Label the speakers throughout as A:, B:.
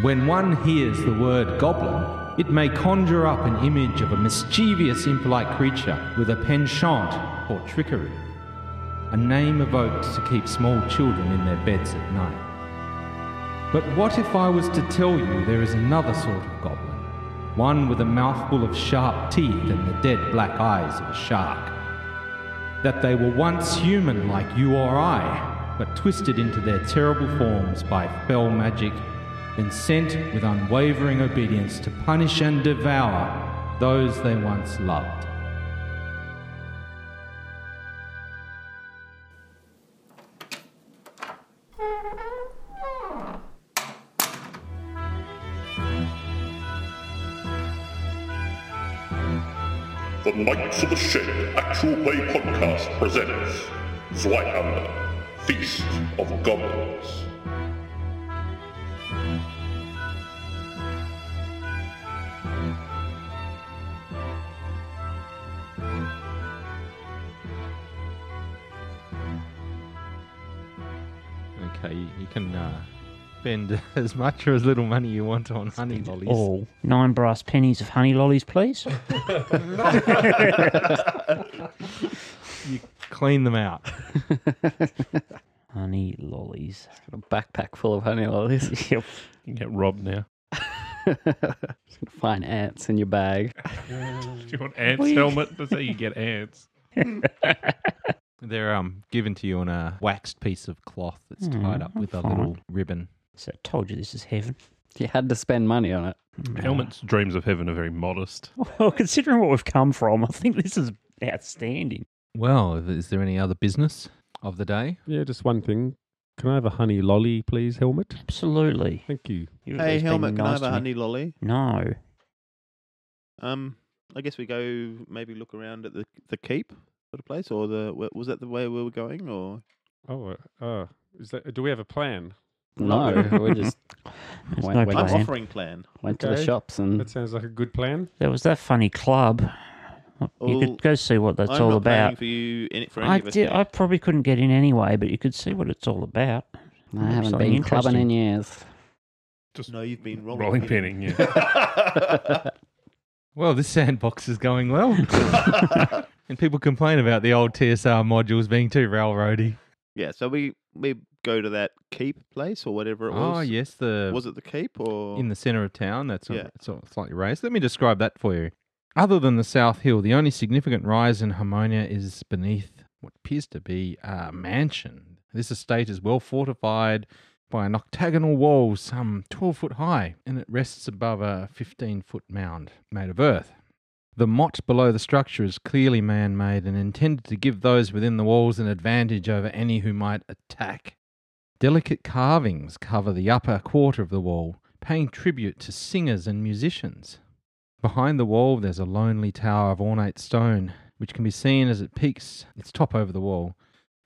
A: When one hears the word goblin, it may conjure up an image of a mischievous, impolite creature with a penchant for trickery, a name evoked to keep small children in their beds at night. But what if I was to tell you there is another sort of goblin, one with a mouthful of sharp teeth and the dead black eyes of a shark? that they were once human like you or I, but twisted into their terrible forms by fell magic, then sent with unwavering obedience to punish and devour those they once loved.
B: The Knights of the Shed Actual Play Podcast presents Zweihander, Feast of Goblins.
A: Okay, you can uh, spend as much or as little money you want on honey lollies.
C: all nine brass pennies of honey lollies, please.
A: You clean them out.
C: honey lollies.
D: A backpack full of honey lollies.
C: Yep.
E: You can get robbed now.
D: Find ants in your bag.
E: Do you want ants helmet? That's how you get ants.
A: They're um, given to you on a waxed piece of cloth Mm, that's
C: Hmm,
A: tied up with a
C: fine.
A: little ribbon.
C: So I told you this is heaven.
D: You had to spend money on it.
E: Helmet's dreams of heaven are very modest.
C: Well, considering what we've come from, I think this is outstanding.
A: Well, is there any other business of the day?
F: Yeah, just one thing. Can I have a honey lolly, please, Helmet?
C: Absolutely.
F: Thank you.
C: You've at
G: Hey,
C: least been
G: Helmet, can I
C: nice
G: have a
C: to me.
G: honey lolly?
C: No.
G: Um, I guess we go maybe look around at the the keep sort of place, or the wa- was that the way we were going, or
F: Oh, uh, uh, is that? Do we have a plan?
D: No, we just
C: There's
D: Wait,
C: no
D: wait.
G: I'm
C: plan.
G: offering plan.
D: went to the
F: Okay.
D: shops and
F: That sounds like a good plan.
C: There was that funny club. You
G: Well,
C: could go see what that's
G: I'm
C: all
G: not planning
C: about.
G: for you in it for any
C: I
G: of us
C: did.
G: here.
C: I probably couldn't get in anyway, but you could see what it's all about.
D: I haven't
C: Something
D: been clubbing in
C: interesting.
D: years.
E: Just
G: No, you've been rolling.
E: rolling
G: penny.
E: pinning, yeah.
A: Well, this sandbox is going well. and people complain about the old TSR modules being too railroady.
G: Yeah, so we we go to that keep place or whatever it was.
A: Oh, yes, the
G: Was it the keep or
A: in the center of town. That's sort of-
G: Yeah.
A: sort of slightly raised. Let me describe that for you. Other than the South Hill, the only significant rise in Harmonia is beneath what appears to be a mansion. This estate is well fortified by an octagonal wall some 12 foot high, and it rests above a 15 foot mound made of earth. The motte below the structure is clearly man made and intended to give those within the walls an advantage over any who might attack. Delicate carvings cover the upper quarter of the wall, paying tribute to singers and musicians. Behind the wall, there's a lonely tower of ornate stone, which can be seen as it peaks its top over the wall.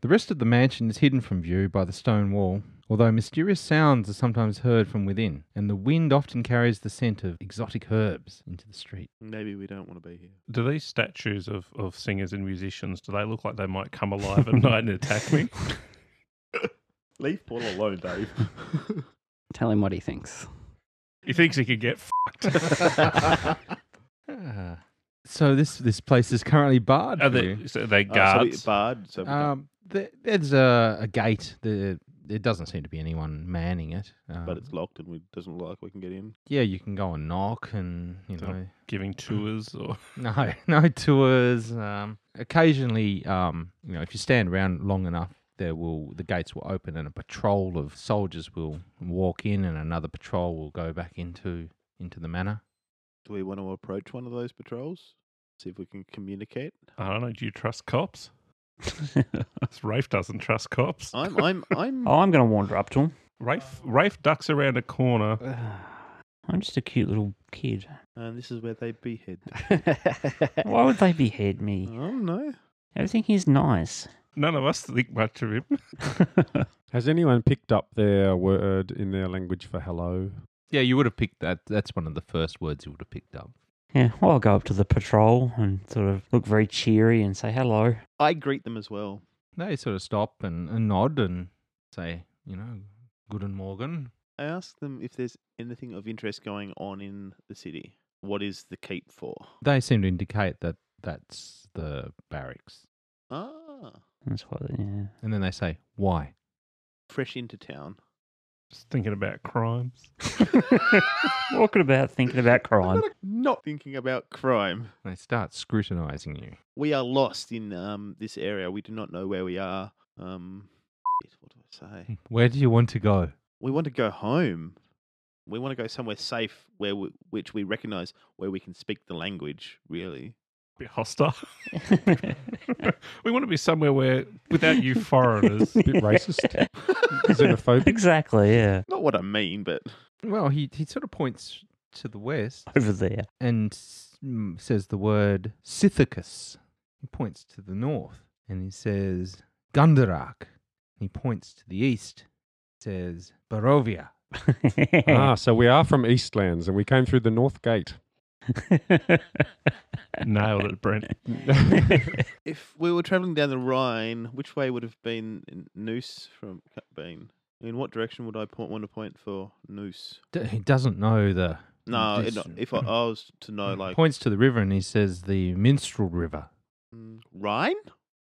A: The rest of the mansion is hidden from view by the stone wall, although mysterious sounds are sometimes heard from within, and the wind often carries the scent of exotic herbs into the street.
G: maybe we don't want to be here.
E: Do these statues of, of singers and musicians, do they look like they might come alive at night and attack me?
G: Leave Paul alone, Dave.
D: Tell him what he thinks.
E: He thinks he could get
G: Uh,
E: fucked.
A: Ah. So this this place is currently barred.
E: Are
A: for you.
E: they, so are they
G: Uh, so we-
E: guards?
G: barred. So we can't-
A: Um, there, there's a, a gate. There, there doesn't seem to be anyone manning it. Um,
G: but it's locked and we doesn't look like we can get in.
A: yeah, you can go and knock, and you
E: So-
A: know,
E: Giving tours or
A: no, no tours. Um, occasionally, um, you know, if you stand around long enough, there will the gates will open, and a patrol of soldiers will walk in, and another patrol will go back into into the manor.
G: Do we want to approach one of those patrols? See if we can communicate.
E: I don't know, do you trust cops? Rafe doesn't trust cops.
G: I'm I'm I'm
C: Oh, I'm going to wander up to him.
E: Rafe Rafe ducks around a corner.
C: I'm just a cute little kid.
G: and this is where they behead.
C: Why would they behead me?
G: Oh no.
C: Everything he's nice.
E: None of us think much of him.
F: Has anyone picked up their word in their language for hello?
A: Yeah, you would have picked that. That's one of the first words you would have picked up.
C: Yeah, well, I'll go up to the patrol and sort of look very cheery and say hello.
G: I greet them as well.
A: They sort of stop and, and nod and say, you know, good and Morgan.
G: I asked them if there's anything of interest going on in the city. What is the keep for?
A: They seem to indicate that that's the barracks.
G: Ah,
C: That's what, yeah.
A: And then they say, why?
G: fresh into town.
E: Just thinking about crimes.
C: Talking about thinking about crime.
G: Not thinking about crime.
A: They start scrutinizing you.
G: We are lost in um, this area. We do not know where we are. Um, shit, what do I say?
A: Where do you want to go?
G: we want to go home. We want to go somewhere safe where we, which we recognize where we can speak the language, really.
E: bit hostile. we want to be somewhere where, without you foreigners,
F: bit racist. Xenophobic.
C: Exactly, yeah.
G: Not what I mean, but
A: Well, he, he sort of points to the west
C: Over there.
A: and s- mm, says the word Scythicus. He points to the north and he says Gundarak. He points to the east, says Barovia.
F: ah, so we are from Eastlands and we came through the North Gate.
E: nailed it, Brent.
G: if we were traveling down the Rhine, which way would have been n- Noose from Cutbane? In what direction would I point, want to point for Noose?
A: D- he doesn't know the.
G: No, it,
A: this-
G: if I, I was to know, like
A: points to the river and he says the Minstrel River.
G: mm, Rhine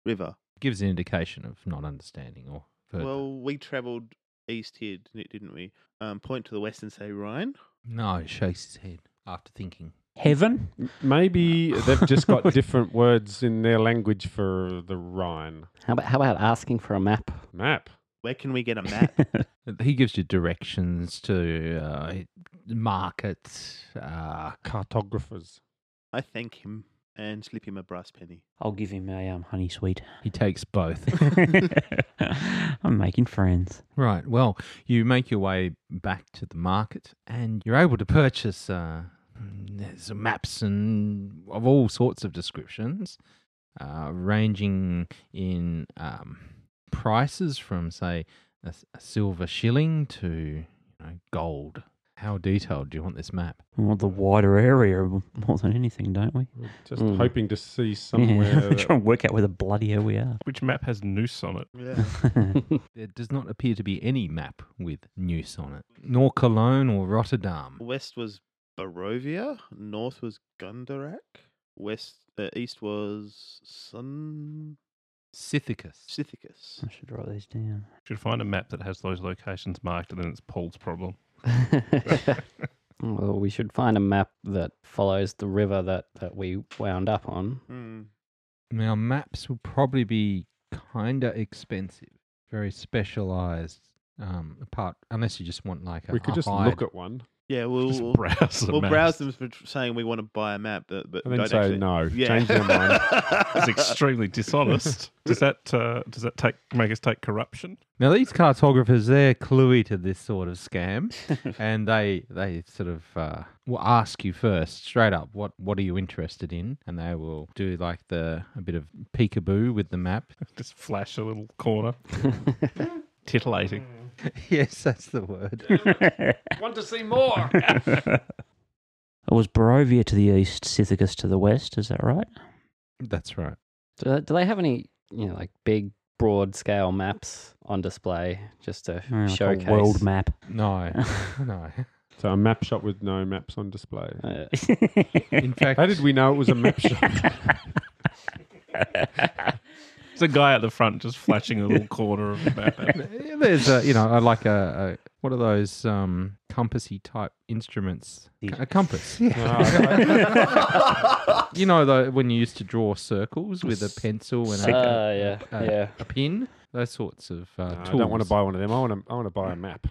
G: River.
A: Gives an indication of not understanding or. further.
G: Well, we travelled east here, didn't didn't we? Um, point to the west and say Rhine.
A: No, he shakes his head after thinking.
C: Heaven?
F: Maybe they've just got different words in their language for the Rhine.
D: How about, how about asking for a map?
F: Map.
G: Where can we get a map?
A: He gives you directions to uh, markets. Uh,
F: Cartographers.
G: I thank him and slip him a brass penny.
C: I'll give him a um, honey sweet.
A: he takes both.
C: I'm making friends.
A: right. Well, you make your way back to the market and you're able to purchase uh, there's maps and of all sorts of descriptions, uh, ranging in um, prices from, say, a, s- a silver shilling to you know, gold. How detailed do you want this map?
C: We want the wider area more than anything, don't we?
F: We're Just
D: Mm.
F: hoping to see somewhere.
C: Yeah.
F: that-
C: Trying to work out where the bloody hell we are.
E: Which map has noose on it?
G: Yeah.
A: There does not appear to be any map with Noose on it, nor Cologne or Rotterdam.
G: West was Barovia. North was Gundarak. West, uh, east was Sun
A: Scythicus.
G: Scythicus.
C: I should write these down.
E: Should find a map that has those locations marked, and then it's Paul's problem.
D: well, we should find a map that follows the river that, that we wound up on.
G: Mm.
A: Now, maps will probably be kinda expensive, very specialized. Um, apart, unless you just want like a
F: we could
A: a
F: just
A: hide.
F: look at one
G: Yeah, we'll
E: Just
G: we'll,
E: browse the
G: we'll
E: map.
G: browse them for tr- saying we want to buy a map, but, but
F: and then
G: don't
F: say
G: actually-
F: no.
G: Yeah.
F: Change their mind.
E: It's extremely dishonest. Does that uh, does that take make us take corruption?
A: Now, these cartographers they're cluey to this sort of scam, and they they sort of uh, will ask you first straight up what what are you interested in, and they will do like the a bit of peekaboo with the map.
E: Just flash a little corner. Titillating.
A: yes, that's the word.
F: Want to see more?
C: It was Barovia to the east, Scythicus to the west. Is that right?
A: that's right.
D: Do they, do they have any, you know, like big, broad scale maps on display just to
C: Oh, like a
D: showcase?
C: world map.
A: No, no.
F: So a map shop with no maps on display.
D: Uh,
A: In fact,
F: How did we know it was a map shop?
E: There's a guy at the front just flashing a little corner of the map. at us.
A: Yeah, There's a, you know, I like a, a what are those um, compassy type instruments?
C: The-
A: A compass. Yeah.
F: Ah,
A: You know, though, when you used to draw circles with a pencil and
D: uh,
A: a,
D: yeah,
A: Uh,
D: yeah.
A: a pin, those sorts of uh,
F: no,
A: tools.
F: I don't want to buy one of them. I want to. I want to buy a map.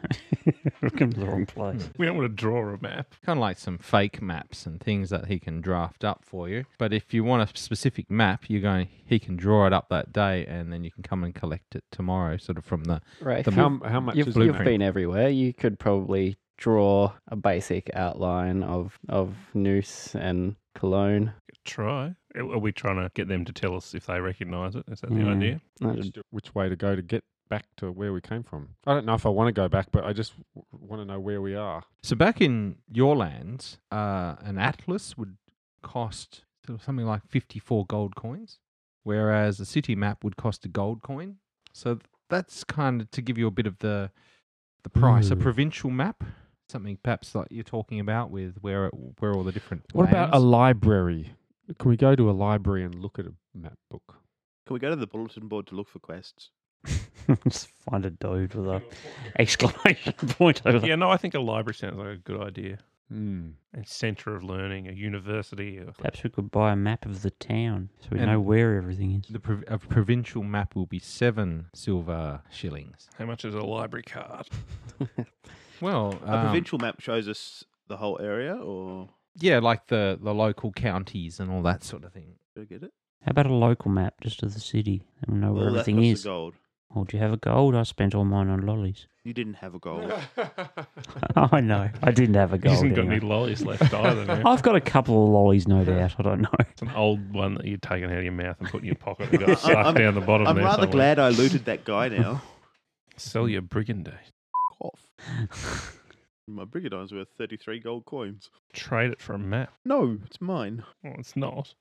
C: Come to the wrong place.
E: We don't want to draw a map.
A: Kind of like some fake maps and things that he can draft up for you. But if you want a specific map, you're going. He can draw it up that day, and then you can come and collect it tomorrow, sort of from the
D: Right.
A: the
D: if
F: How, how much
D: you've,
F: is
D: you've,
F: the
D: you've
F: map?
D: been everywhere. You could probably draw a basic outline of, of Noose and Cologne.
E: Try. Are are we trying to get them to tell us if they recognise it? Is that the
G: Hmm.
C: Yeah.
E: idea?
D: Uh,
F: Which, which way to go to get back to where we came from? I don't know if I want to go back, but I just w- want to know where we are.
A: So back in your lands, uh, an atlas would cost sort of something like 54 gold coins, whereas a city map would cost a gold coin. So th- that's kind of to give you a bit of the the price, a
F: Ooh.
A: provincial map, something perhaps like you're talking about with where it, where all the different.
F: What about a
A: lands-
F: library? Can we go to a library and look at a map book?
G: Can we go to the bulletin board to look for quests?
C: Just find a dude with a exclamation point over.
E: Yeah, no, I think a library sounds like a good idea.
F: Hmm.
E: A centre of learning, a university. Or...
C: Perhaps we could buy a map of the town so we
A: And-
C: know where everything is.
A: the prov- a provincial map will be seven silver shillings.
E: How much is a library card?
A: Well,
G: A
A: um,
G: provincial map shows us the whole area, or
A: yeah, like the the local counties and all that sort of thing.
G: did I get it?
C: How about a local map just of the city and we know where
G: All that
C: everything
G: costs a
C: is?
G: gold.
C: Or do you have a gold? I spent all mine on lollies.
G: You didn't have a gold.
C: I know. I didn't have a
E: He
C: gold.
E: hasn't got
C: anyway.
E: any lollies left either. man.
C: I've got a couple of lollies, no doubt. I don't know.
E: It's an old one that you're taking out of your mouth and putting in your pocket and got
G: I'm-
E: sucked down the bottom
G: I'm
E: there.
G: rather
E: somewhere.
G: glad I looted that guy now.
E: Sell your brigandine.
G: Off. My brigadine's worth 33 gold coins.
E: Trade it for a map.
G: No, it's mine.
E: Well, it's not.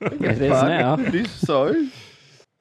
D: It is now.
G: It is so.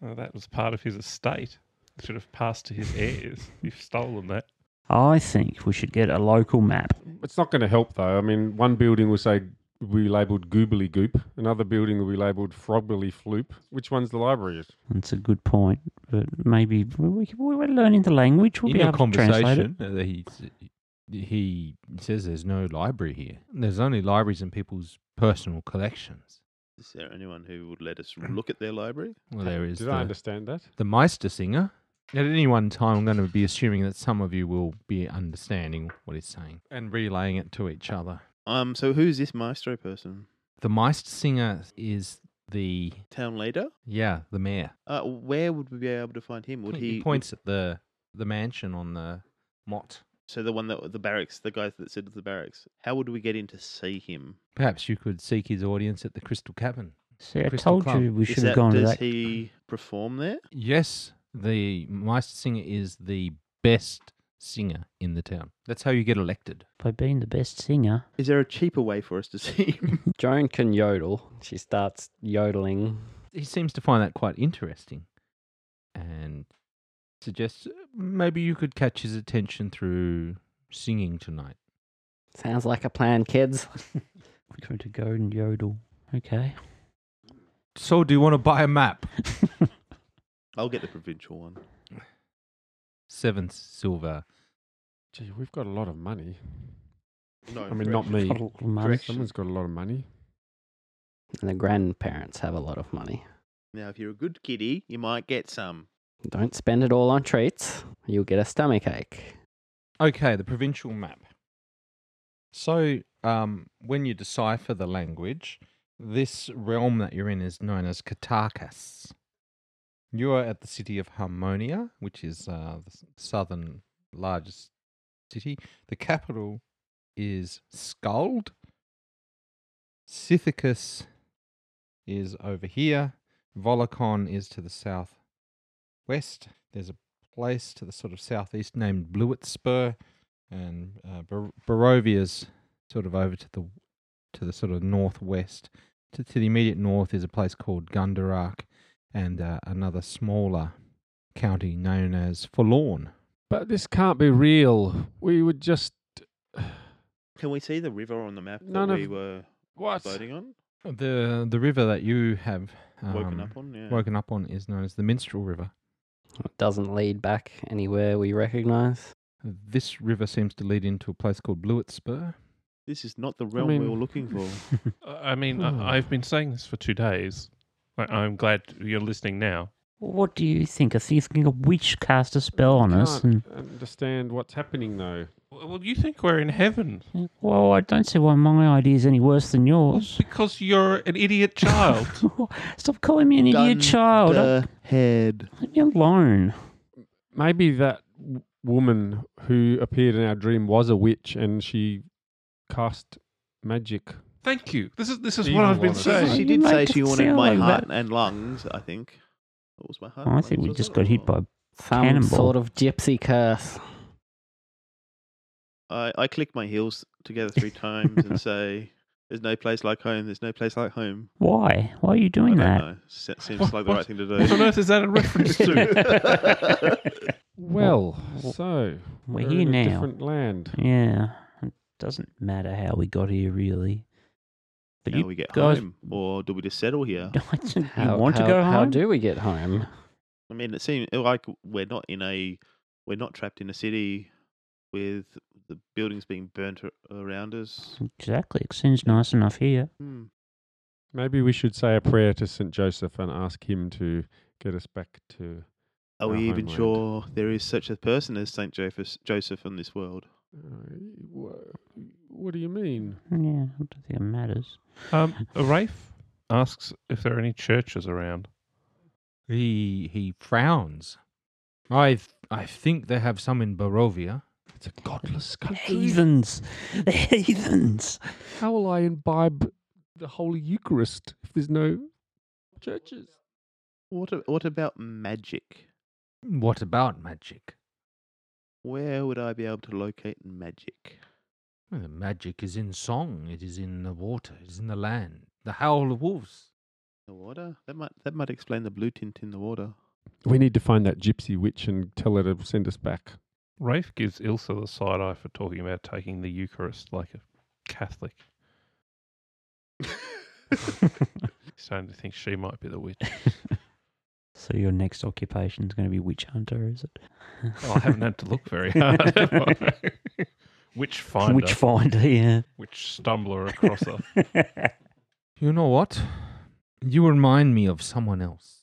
E: Well, that was part of his estate. It should have passed to his heirs. You've stolen that.
C: I think we should get a local map.
F: It's not going to help though. I mean, one building will say we labelled goobly goop, another building will be labelled frobbly floop. Which one's the library?
C: That's a good point. But maybe we, we, we're learning the language. We'll
A: In
C: be
A: your
C: able to translate it.
A: conversation, uh, he he says there's no library here. There's only libraries in people's personal collections.
G: Is there anyone who would let us look at their library?
A: Well, there is
F: Did I
A: the,
F: understand that?
A: the Meister singer. At any one time, I'm going to be assuming that some of you will be understanding what he's saying and relaying it to each other.
G: Um, so who's this maestro person?
A: The Meister singer is the
G: Town leader?
A: yeah the mayor.
G: Uh, where would we be able to find him? Would
A: he,
G: he,
A: points at the the mansion on the mott.
G: So the one that the barracks, the guy that said the barracks. How would we get in to see him?
A: Perhaps you could seek his audience at the Crystal Cabin.
C: See, I
A: Crystal
C: told
A: Club.
C: you we
G: Is
C: should have
G: that-
C: gone to
G: does
C: that.
G: he perform there?
A: Yes, the Meister singer is the best singer in the town. That's how you get elected.
C: By being the best singer,
G: Is there a cheaper way for us to see him?
D: Joan can yodel. She starts yodeling.
A: He seems to find that quite interesting and suggests uh, maybe you could catch his attention through singing tonight.
D: Sounds like a plan, kids.
C: we're going to go and yodel. Okay.
A: So, do you want to buy a map?
G: I'll get the provincial one.
A: Seven silver.
F: Gee, we've got a lot of money.
G: No,
F: I mean, not me.
C: Total money.
F: Someone's got a lot of money.
D: And the grandparents have a lot of money.
G: Now, if you're a good kiddie, you might get some.
D: Don't spend it all on treats. You'll get a stomach ache.
A: Okay, the provincial map. So, um, when you decipher the language, this realm that you're in is known as Katarkas. You are at the city of Harmonia, which is uh, the s- southern largest city. The capital is Skuld. Scythicus is over here. Volocon is to the south west. There's a place to the sort of southeast named Blewett Spur, and uh, Bar- Barovia's sort of over to the to the sort of northwest. To, to the immediate north is a place called Gundarak, and uh, another smaller county known as Forlorn.
F: But this can't be real. We would just
G: Can we see the river on the map that
F: None of-
G: we were
F: what?
G: boating on?
A: the The river that you have
G: Woken
A: um,
G: up on? Yeah.
A: woken up on is known as the Minstrel River.
D: It doesn't lead back anywhere we recognize.
A: This river seems to lead into a place called Blewett Spur.
G: This is not the realm we
F: mean-
G: were looking for.
E: I I mean,
F: Hmm.
E: I, I've been saying this for two days. I, I'm glad you're listening now.
C: What do you think? I think you think a witch cast a spell on us. And,
F: Can't understand what's happening though.
E: Well, well, you think we're in heaven
C: well, I don't see why my idea is any worse than yours.
E: because you're an idiot child.
C: Stop calling me an idiot child.
G: Uh, head.
C: Leave me alone.
F: Maybe that w- woman who appeared in our dream was a witch, and she cast magic.
E: Thank you. This is this is
F: Evil
E: what I've been
F: Wallace.
E: saying.
G: She
C: You
G: did say
C: make
G: she
C: it
G: wanted
C: sound
G: my
C: like
G: heart
C: that.
G: and lungs, I think. What was my heart?
C: I
G: and
C: think
G: lungs,
C: we
G: was
C: just
G: it,
C: got hit
G: or-
C: by.
D: Some
C: Cannonball.
D: sort of gypsy curse.
G: Oh, I, I click my heels together three times and say, "There's no place like home. There's no place like home."
C: Why? Why are you doing
G: I don't
C: that?
G: know. Se- seems
E: What-
G: like the
E: what-
G: right thing to
E: What on
G: do.
E: earth is that a reference to?
F: Well, so
C: We're
F: We're
C: here
F: in a
C: now.
F: different land.
C: Yeah. It doesn't matter how we got here, really. But
G: Now
C: you,
G: we get
C: guys-
G: home, or do we just settle here?
C: you
D: How,
C: want
D: how-
C: to go home?
D: How do we get home?
G: I mean, it seems like we're not in a we're not trapped in a city with the buildings being burnt a- around us.
C: Exactly. It seems nice enough here.
G: Hmm.
F: Maybe we should say a prayer to St. Joseph and ask him to get us back to.
G: Are
F: Our
G: we even
F: homeland.
G: sure there is such a person as Saint Joseph Joseph in this world?
F: Uh, wha- what do you mean?
C: Yeah, I don't think it matters.
E: Um, Rafe asks if there are any churches around.
A: He he frowns. I I think they have some in Barovia.
F: It's a godless country.
C: Heathens! The heathens!
F: How will I imbibe the Holy Eucharist if there's no churches?
G: What a- what about magic?
A: What about magic?
G: Where would I be able to locate magic?
A: Well, the magic is in song. It is in the water. It is in the land. The howl of wolves.
G: The water? That might that might explain the blue tint in the water.
F: We need to find that gypsy witch and tell her to send us back.
E: Rafe gives Ilsa the side eye for talking about taking the Eucharist like a Catholic. Starting to think she might be the witch.
C: So your next occupation's going to be witch hunter, is it?
E: Oh, I haven't had to look very hard. have I? witch finder,
C: Witch finder, yeah.
E: witch stumbler across her.
A: You know what? You remind me of someone else.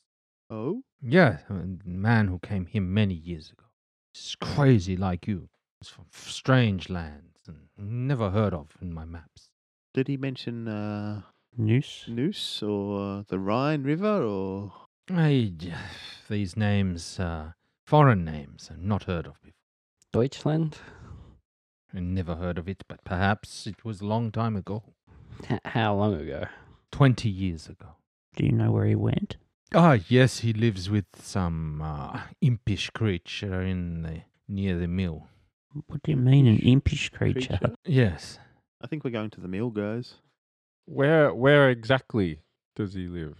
G: Oh,
A: Yeah, a man who came here many years ago. He's crazy like you. He's from strange lands and never heard of in my maps.
G: did he mention uh,
C: Noose?
G: Noose or the Rhine River or?
A: I, these names, uh, foreign names, I've not heard of before.
D: Deutschland?
A: I never heard of it, but perhaps it was a long time ago.
D: H- how long ago?
A: Twenty years ago.
C: Do you know where he went?
A: Ah, yes, he lives with some uh, impish creature in the near the mill.
C: What do you mean, an impish creature?
G: Creature?
A: Yes,
G: I think we're going to the mill, guys.
F: Where where exactly does he live?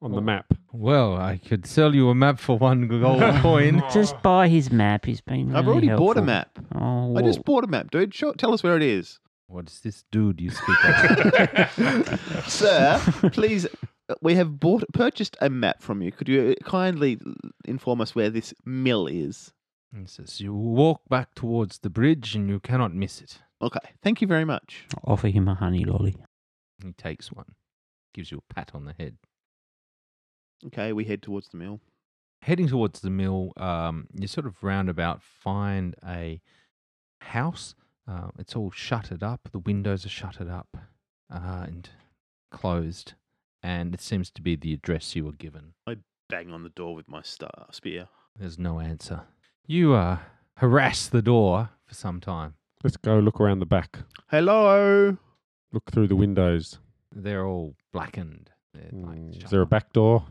F: On the
A: Oh.
F: map.
A: Well, I could sell you a map for one gold coin.
E: Oh.
C: Just buy his map. He's been.
G: I've
C: really
G: already bought a
C: helpful.
G: map.
C: Oh,
G: I just bought a map, dude. Show, tell us where it is,
A: What's this dude you speak of?
G: sir. Please, uh, we have bought purchased a map from you. Could you uh, kindly inform us where this mill is?
A: He says, You walk back towards the bridge and you cannot miss it.
G: Okay, thank you very much.
C: offer him a honey lolly.
A: He takes one, gives you a pat on the head.
G: Okay, we head towards the mill.
A: Heading towards the mill, um, you sort of roundabout find a house. Uh, it's all shuttered up. The windows are shuttered up uh, and closed. And it seems to be the address you were given.
G: Bang on the door with my star spear.
A: There's no answer. You uh, harass the door for some time.
F: Let's go look around the back.
G: Hello.
F: Look through the windows.
A: They're all blackened. They're, like,
F: Mm, Is
A: shut
F: there a
A: up.
F: back door?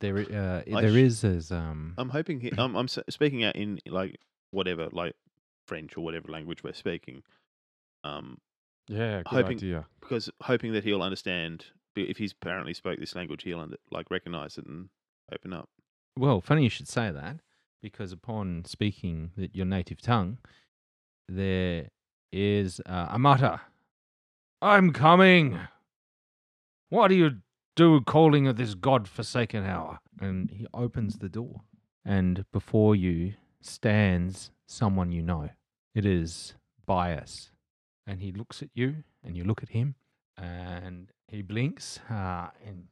A: There, i- uh,
G: I
A: there is
G: sh-
A: as um.
G: I'm hoping he, I'm I'm s- speaking out in like whatever like French or whatever language we're speaking. Um,
F: Yeah, good
G: Hoping-
F: idea.
G: because hoping that he'll understand if he's apparently spoke this language he'll under, like recognize it and open up
A: Well, funny you should say that, because upon speaking that your native tongue, there is uh, a mutter. I'm coming. What do you do calling at this god-forsaken hour? And he opens the door, and before you stands someone you know. It is Bias, and he looks at you, and you look at him, and he blinks, uh, and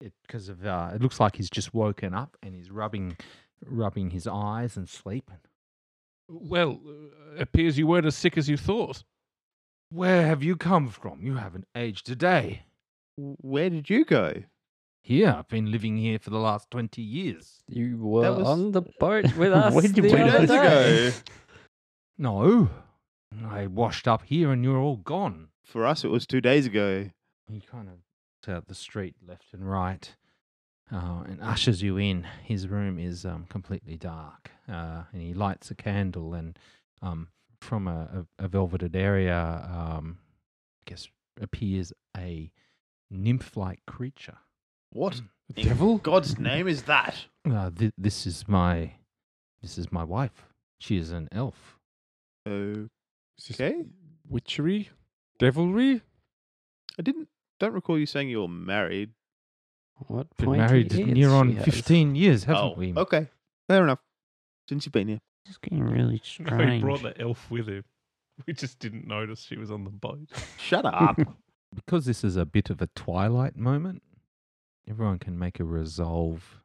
A: it because of uh, it looks like he's just woken up and he's rubbing rubbing his eyes and sleeping.
E: Well, uh, appears you weren't as sick as you thought.
A: Where have you come from? You haven't aged a day.
G: where did you go
A: Here, I've been living here for the last twenty years.
D: You were
G: was-
D: on the boat with us
C: When
D: the
C: did we-
D: other
C: Two
D: day.
G: days
A: No, I washed up here and you're all gone.
G: for us it was two days ago
A: He kind of looks out the street left and right, uh, and ushers you in. His room is um, completely dark, uh, and he lights a candle. And um, from a, a, a velveted area, um, I guess appears a nymph-like creature.
G: what in
F: Mm. devil?
G: god's name is that
A: Uh, th- this is my, this is my wife. She is an elf.
G: Okay.
F: Is this Witchery? Devilry?
G: I didn't. Don't recall you saying you're married.
D: What
A: Been
D: point?
A: married near on 15 years, haven't
G: oh,
A: we?
G: okay. Fair enough. Since you've been here.
C: It's getting really
E: No, he
C: strange.
E: brought the elf with him. We just didn't notice she was on the boat.
G: Shut up.
A: Because this is a bit of a twilight moment, everyone can make a resolve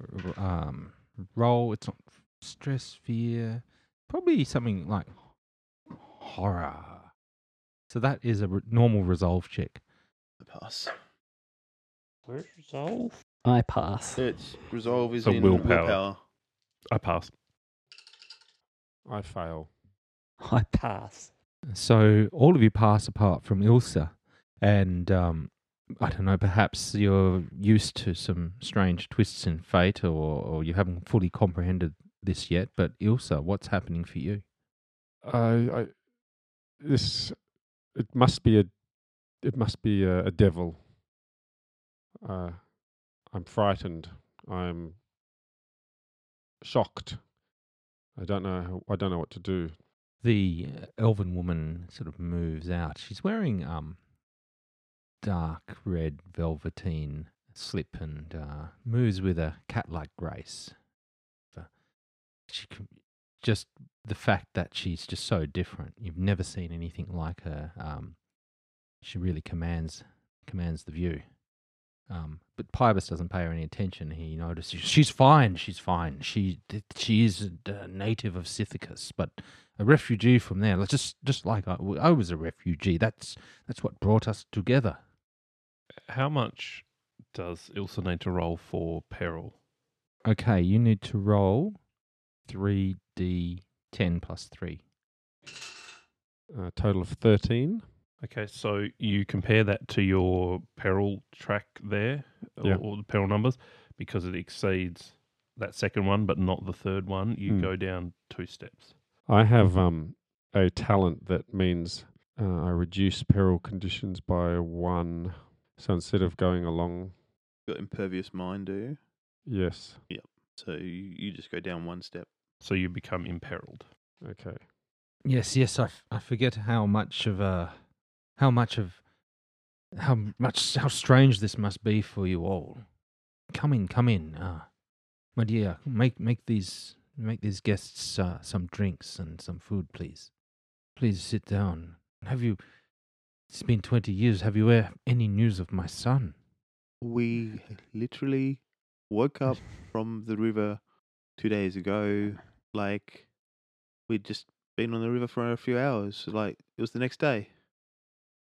A: r- um, roll. It's not stress, fear, probably something like horror. So that is a re- normal resolve check.
G: Pass.
C: Where's resolve?
D: I pass.
G: It's resolve is
E: So
G: in willpower.
E: willpower. I pass.
F: I fail.
C: I pass.
A: So all of you pass apart from Ilsa, and um, I don't know. Perhaps you're used to some strange twists in fate, or, or you haven't fully comprehended this yet. But Ilsa, what's happening for you?
F: I, I this it must be a it must be a, a devil. Uh, I'm frightened. I'm shocked. I don't know. how- I don't know what to do.
A: The elven woman sort of moves out. She's wearing um dark red velveteen slip and uh, moves with a cat-like grace. Uh, She can, just the fact that she's just so different. You've never seen anything like her. Um, she really commands commands the view. Um, but Pybus doesn't pay her any attention. He notices she's fine. She's fine. She th- she is a a native of Scythicus, but a refugee from there. Let's just just like I, w- I was a refugee. That's that's what brought us together.
E: How much does Ilsa need to roll for peril?
A: Okay, you need to roll three d ten plus three.
F: A total of thirteen.
E: Okay, so you compare that to your peril track there, or,
F: Yeah.
E: or the peril numbers, because it exceeds that second one, but not the third one. You
F: Hmm.
E: go down two steps.
F: I have um a talent that means uh, I reduce peril conditions by one. So instead of going along,
G: Got impervious mind, do you?
F: yes,
G: So you, you just go down one step.
E: So you become imperiled.
F: okay.
A: Yes, yes, I, f- I forget how much of a how much of how m- much how strange this must be for you all. Come in, come in, uh, my dear. Make make these make these guests uh, some drinks and some food, please. Please sit down. Have you? It's been twenty years. Have you uh, any news of my son?
G: We literally woke up from the river two days ago. Like we'd just been on the river for a few hours. Like it was the next day,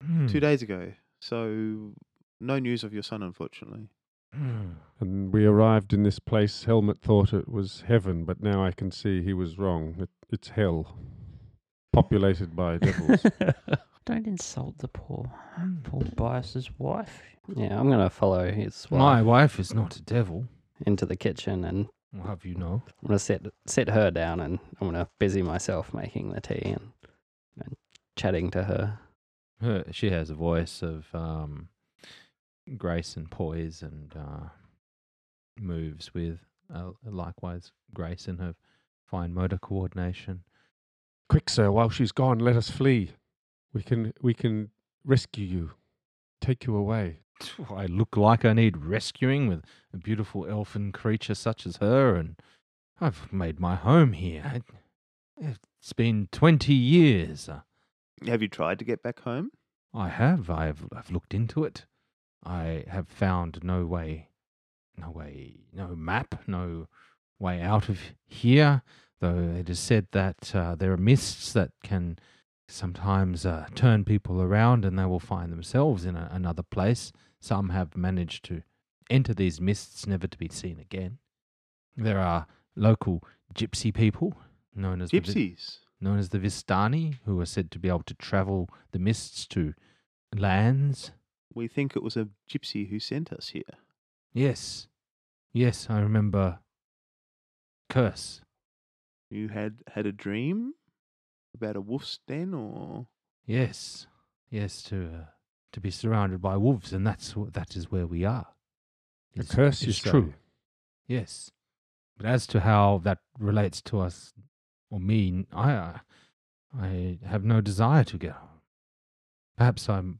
A: Hmm,
G: two days ago. So no news of your son, unfortunately.
A: hmm.
F: And we arrived in this place. Helmet thought it was heaven, but now I can see he was wrong. It, it's hell, populated by devils.
C: Don't insult the poor, poor Bias's wife.
D: Yeah, I'm gonna follow his
A: My
D: wife
A: wife is not a devil.
D: into the kitchen, and
A: I'll have you know.
D: I'm gonna sit sit her down, and I'm gonna busy myself making the tea and and chatting to her.
A: her she has a voice of um grace and poise and uh moves with uh, likewise grace in her fine motor coordination
F: Quick, sir! While she's gone, let us flee. We can we can rescue you, take you away.
A: i look like i need rescuing with a beautiful elfin creature such as her and i've made my home here It- it's been 20 years Uh,
G: Have you tried to get back home?
A: I have. I've I've looked into it. I have found no way, no way, no map, no way out of here. Though it is said that uh, there are mists that can sometimes uh, turn people around, and they will find themselves in a, another place. Some have managed to enter these mists, never to be seen again. There are local gypsy people known as the Vi-
G: Gypsies.
A: known as the Vistani, who are said to be able to travel the mists to lands.
G: We think it was a gypsy who sent us here.
A: Yes, yes, I remember. Curse.
G: You had had a dream about a wolf's den, or
A: Yes, yes, to uh, to be surrounded by wolves, and that's wh- that is where we are.
F: A curse, you
A: is
F: say?
A: true. Yes, but as to how that relates to us or me, I, uh, I have no desire to get home. Perhaps I'm,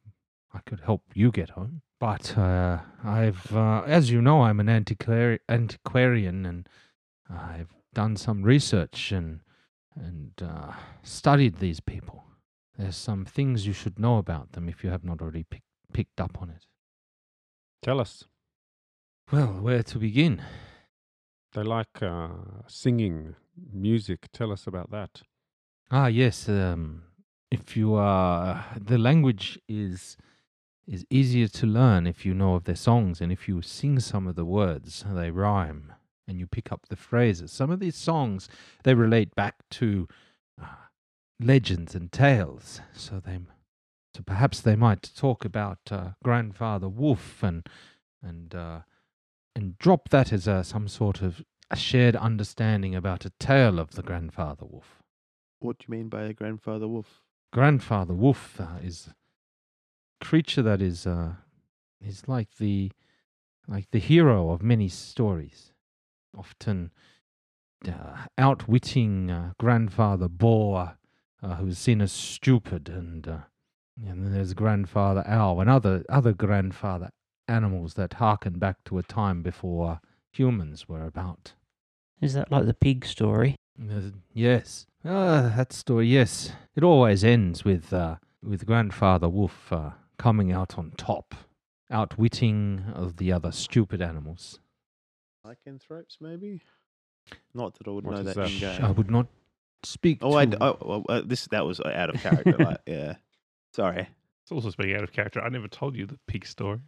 A: I could help you get home. But uh, I've, uh, as you know, I'm an antiquari- antiquarian, and I've done some research and and uh, studied these people. There's some things you should know about them if you have not already pick- picked up on it.
F: Tell us.
A: Well, where to begin?
F: They like uh, singing, music. Tell us about that.
A: Ah, yes. Um, if you are, the language is is easier to learn if you know of their songs and if you sing some of the words, they rhyme and you pick up the phrases. Some of these songs they relate back to uh, legends and tales, so they m- so perhaps they might talk about uh, grandfather wolf and and uh, and drop that as a, some sort of a shared understanding about a tale of the grandfather wolf
G: What do you mean by a grandfather wolf?
A: grandfather wolf uh, is a creature that is uh is like the like the hero of many stories often uh, outwitting uh, grandfather boar uh, who's seen as stupid and uh, and then there's grandfather owl and other other grandfather animals that harken back to a time before humans were about
C: Is that like the pig story?
A: uh, Yes. Ah, that story, yes. It always ends with uh, with Grandfather Wolf uh, coming out on top, outwitting of the other stupid animals.
G: Lycanthropes, maybe? Not that I would
F: What
G: know
F: is
G: that,
F: that?
G: in
F: Shh,
A: I
G: game.
A: would not speak
G: Oh,
A: to...
G: I, d- oh, oh, oh, this that was out of character. like, yeah, sorry.
E: It's also speaking out of character. I never told you the pig story.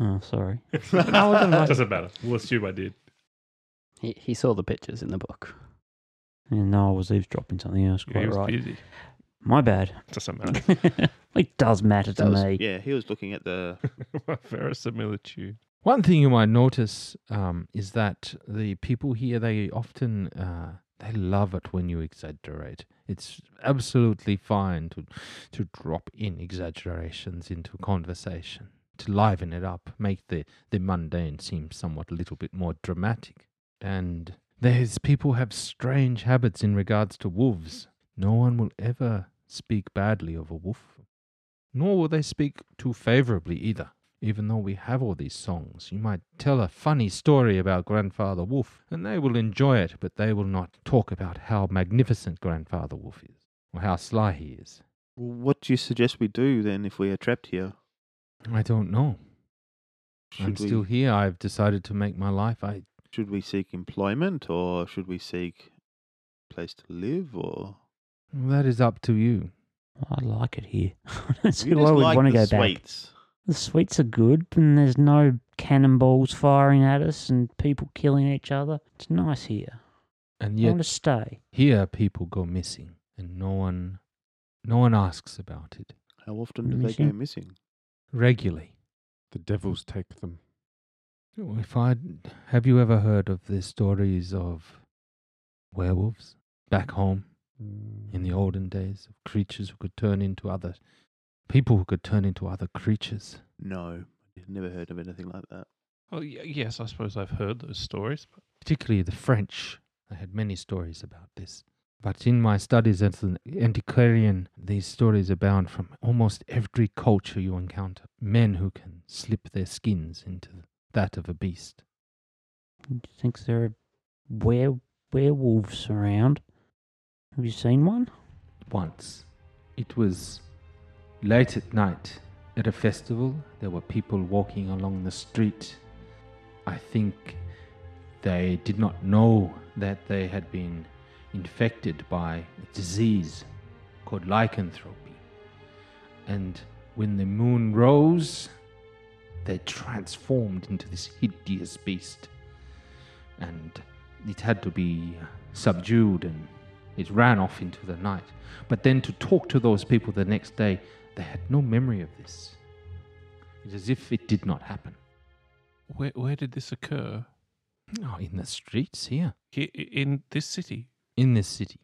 C: Oh, sorry.
G: Uh,
E: Doesn't matter. We'll assume I did.
D: He, he saw the pictures in the book.
C: Yeah, no, I was eavesdropping something else.
E: Yeah, he
C: Quite
E: was
C: right.
E: busy.
C: My bad.
E: Doesn't matter.
C: it does matter to
G: That was-
C: me.
G: yeah, he was looking at the
E: Verisimilitude.
A: One thing you might notice um, is that the people here they often uh, they love it when you exaggerate. It's absolutely fine to to drop in exaggerations into conversation to liven it up, make the the mundane seem somewhat a little bit more dramatic. And there's people have strange habits in regards to wolves. No one will ever speak badly of a wolf, nor will they speak too favorably either even though we have all these songs. You might tell a funny story about Grandfather Wolf, and they will enjoy it, but they will not talk about how magnificent Grandfather Wolf is, or how sly he is.
G: Well, What do you suggest we do then if we are trapped here?
A: I don't know.
G: Should
A: I'm
G: we
A: still here. I've decided to make my life. I
G: should we seek employment or should we seek a place to live or
A: that is up to you.
C: I like it here. I don't see
G: You
C: why
G: just
C: we
G: like
C: want to
G: the
C: go back.
G: sweets.
C: The sweets are good, and there's no cannonballs firing at us and people killing each other. It's nice here.
A: And
C: I
A: yet
C: want to stay.
A: here people go missing, and no one, no one asks about it
G: How often do they
C: Missing?
G: go missing?
A: regularly.
F: The devils take them.
A: If I have you ever heard of the stories of werewolves back home? in the olden days of creatures who could turn into other people who could turn into other creatures.
G: No, I've never heard of anything like that.
E: Oh, y- yes, I suppose I've heard those stories. But
A: Particularly the French. I had many stories about this. But in my studies as an antiquarian, these stories abound from almost every culture you encounter. Men who can slip their skins into that of a beast.
C: Do you think there are were- werewolves around? Have you seen one?
A: Once, it was late at night at a festival. There were people walking along the street. I think they did not know that they had been infected by a disease called lycanthropy. And when the moon rose, they transformed into this hideous beast. And it had to be subdued and it ran off into the night. But then to talk to those people the next day, they had no memory of this. It's as if it did not happen.
E: where, where did this occur?
A: Oh, in the streets here,
E: Here, i- in this city?
A: in this city.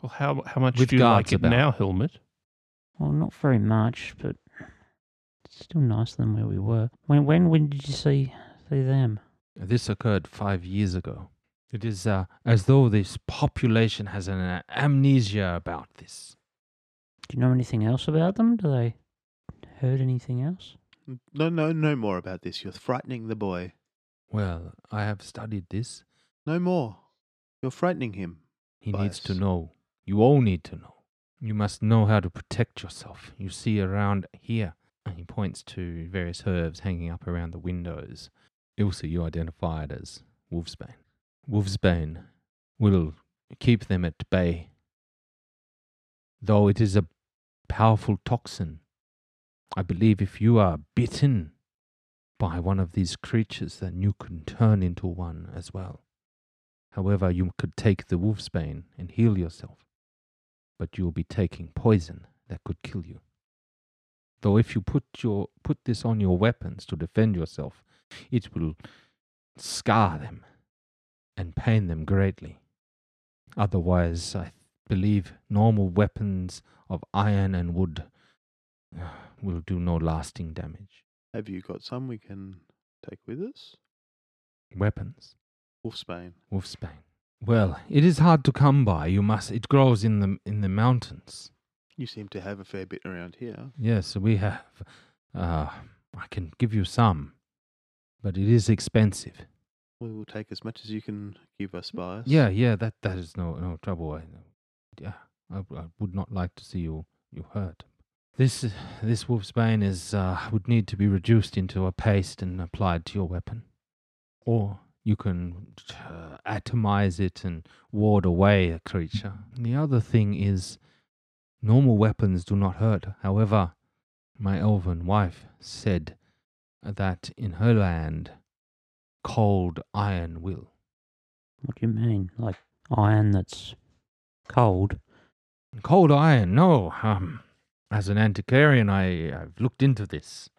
E: Well, how how much
A: With
E: do you
A: guards
E: like it
A: about.
E: now, Helmet?
C: Well, not very much, but it's still nicer than where we were. When when when did you see see them?
A: This occurred five years ago. It is uh, as though this population has an uh, amnesia about this.
C: Do you know anything else about them? Do they heard anything else?
G: No, no, no more about this. You're frightening the boy.
A: Well, I have studied this.
G: No more. You're frightening him.
A: He needs to
G: Bias.
A: know. You all need to know. You must know how to protect yourself. You see around here. And he points to various herbs hanging up around the windows. Ilsa, you identified as Wolfsbane. Wolfsbane will keep them at bay. Though it is a powerful toxin, I believe if you are bitten by one of these creatures, then you can turn into one as well. However, you could take the wolf's bane and heal yourself, but you will be taking poison that could kill you. Though if you put your put this on your weapons to defend yourself, it will scar them and pain them greatly. Otherwise, I believe normal weapons of iron and wood uh, will do no lasting damage.
G: Have you got some we can take with us?
A: Weapons.
G: Wolfsbane.
A: Wolf Spain. Well, it is hard to come by. You must. It grows in the in the mountains.
G: You seem to have a fair bit around here.
A: Yes, we have. Uh, I can give you some, but it is expensive.
G: We will take as much as you can give us, Bias.
A: Yeah, yeah. That that is no no trouble. I, yeah, I, I would not like to see you you hurt. This this wolf's bane is uh, would need to be reduced into a paste and applied to your weapon, or you can uh, atomize it and ward away a creature. The other thing is, normal weapons do not hurt. However, my elven wife said that in her land, cold iron will.
C: What do you mean? Like iron that's cold?
A: Cold iron, no. Um, as an antiquarian, I, I've looked into this.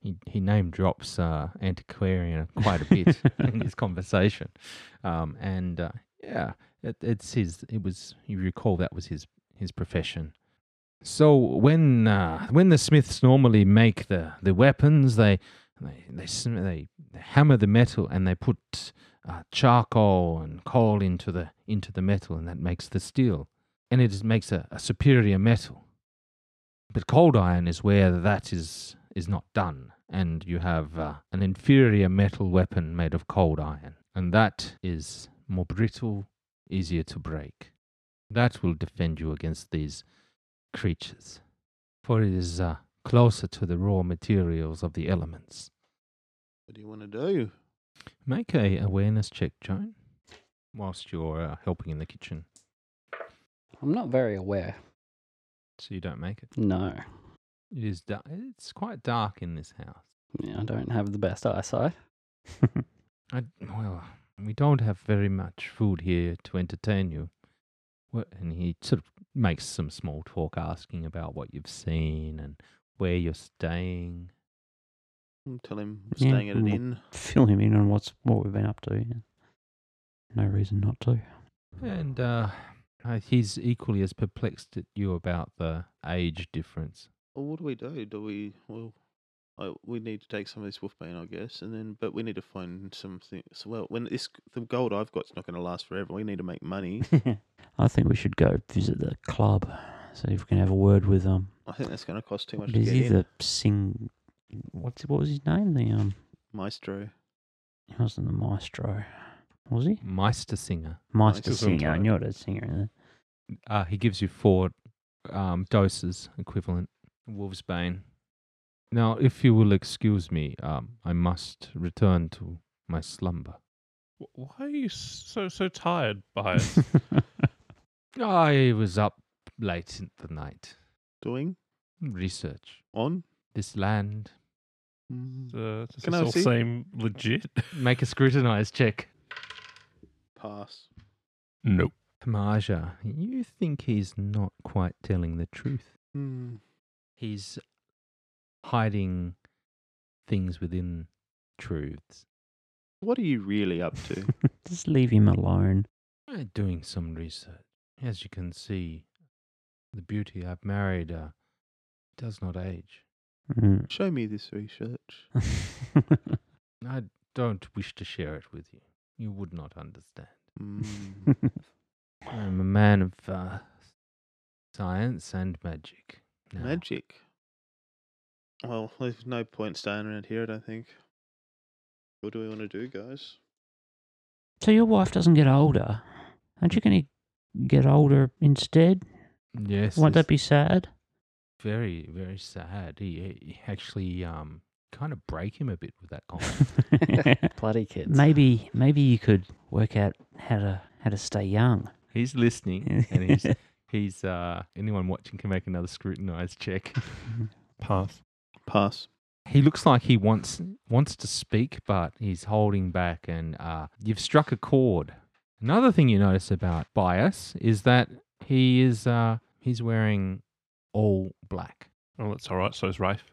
A: He, he name drops uh, antiquarian quite a bit in his conversation, um, and uh, yeah, it, it's his. It was you recall that was his his profession. So when uh, when the smiths normally make the, the weapons, they they they sm- they they hammer the metal and they put uh, charcoal and coal into the into the metal, and that makes the steel and it is- makes a, a superior metal. But cold iron is where that is is not done, and you have uh, an inferior metal weapon made of cold iron, and that is more brittle, easier to break. That will defend you against these creatures, for it is uh, closer to the raw materials of the elements.
G: What do you want to do?
A: Make a awareness check, Joan, whilst you're uh, helping in the kitchen,
D: I'm not very aware.
A: so you don't make it.
D: No.
A: It is da- it's quite dark in this house.
D: Yeah, I don't have the best eyesight.
A: I, well, we don't have very much food here to entertain you. Well, and he sort of makes some small talk, asking about what you've seen and where you're staying.
G: Mm, Tell him we're
C: Yeah, Mm.
G: staying at an
C: well-
G: inn.
C: Fill him in on what's what we've been up to. Yeah. No reason not to.
A: And uh, uh, he's equally as perplexed at you about the age difference.
G: Well, what do we do? Do we well? I, we need to take some of this wolfbane, I guess, and then but we need to find something. So well, when this the gold I've got's not going to last forever. We need to make money.
C: I think we should go visit the club. See if we can have a word with um.
G: I think that's going to cost too much
C: What
G: to
C: is
G: get
C: he?
G: in.
C: The sing. What's what was his name? The um.
G: Maestro.
C: He wasn't the maestro, was he?
A: Meister Singer.
C: Master
G: Maestro
C: singer. I
E: sometime.
C: knew it was singer. in there.
A: Uh, he gives you four um, doses equivalent. Wolfsbane. Now, if you will excuse me, um, I must return to my slumber.
E: Wh- Why are you so so tired, Bias?
A: I was up late in the night.
G: Doing
A: Research.
G: on.
A: This land.
G: Mm,
E: uh, does
G: Can
E: this
G: I
E: all
G: see?
E: seem legit?
A: Make a scrutinize check.
G: pass.
E: Nope.
A: Tamaja, you think he's not quite telling the truth.
G: Mm,
A: He's hiding things within truths.
G: what are you really up to?
C: Just leave him alone.
A: Uh, Doing some research. As you can see, the beauty I've married uh, does not age.
C: Mm.
G: Show me this research.
A: I don't wish to share it with you. You would not understand.
G: Mm.
A: I'm a man of uh, science and magic. now.
G: Magic. Well, there's no point staying around here, I don't think. What do we want to do, guys?
C: so your wife doesn't get older. Aren't you going to get older instead?
A: Yes.
C: Won't
A: it's
C: that be sad?
A: very, very sad. He, he actually um, kind of break him a bit with that comment.
D: Bloody kids.
C: maybe maybe you could work out how to how to stay young.
A: he's listening and he's he's uh anyone watching can make another scrutinized check.
E: Pass.
G: Pass.
A: He looks like he wants wants to speak, but he's holding back and uh you've struck a chord. Another thing you notice about Bias is that he is uh he's wearing all black.
E: Oh, that's all right. So is Rafe.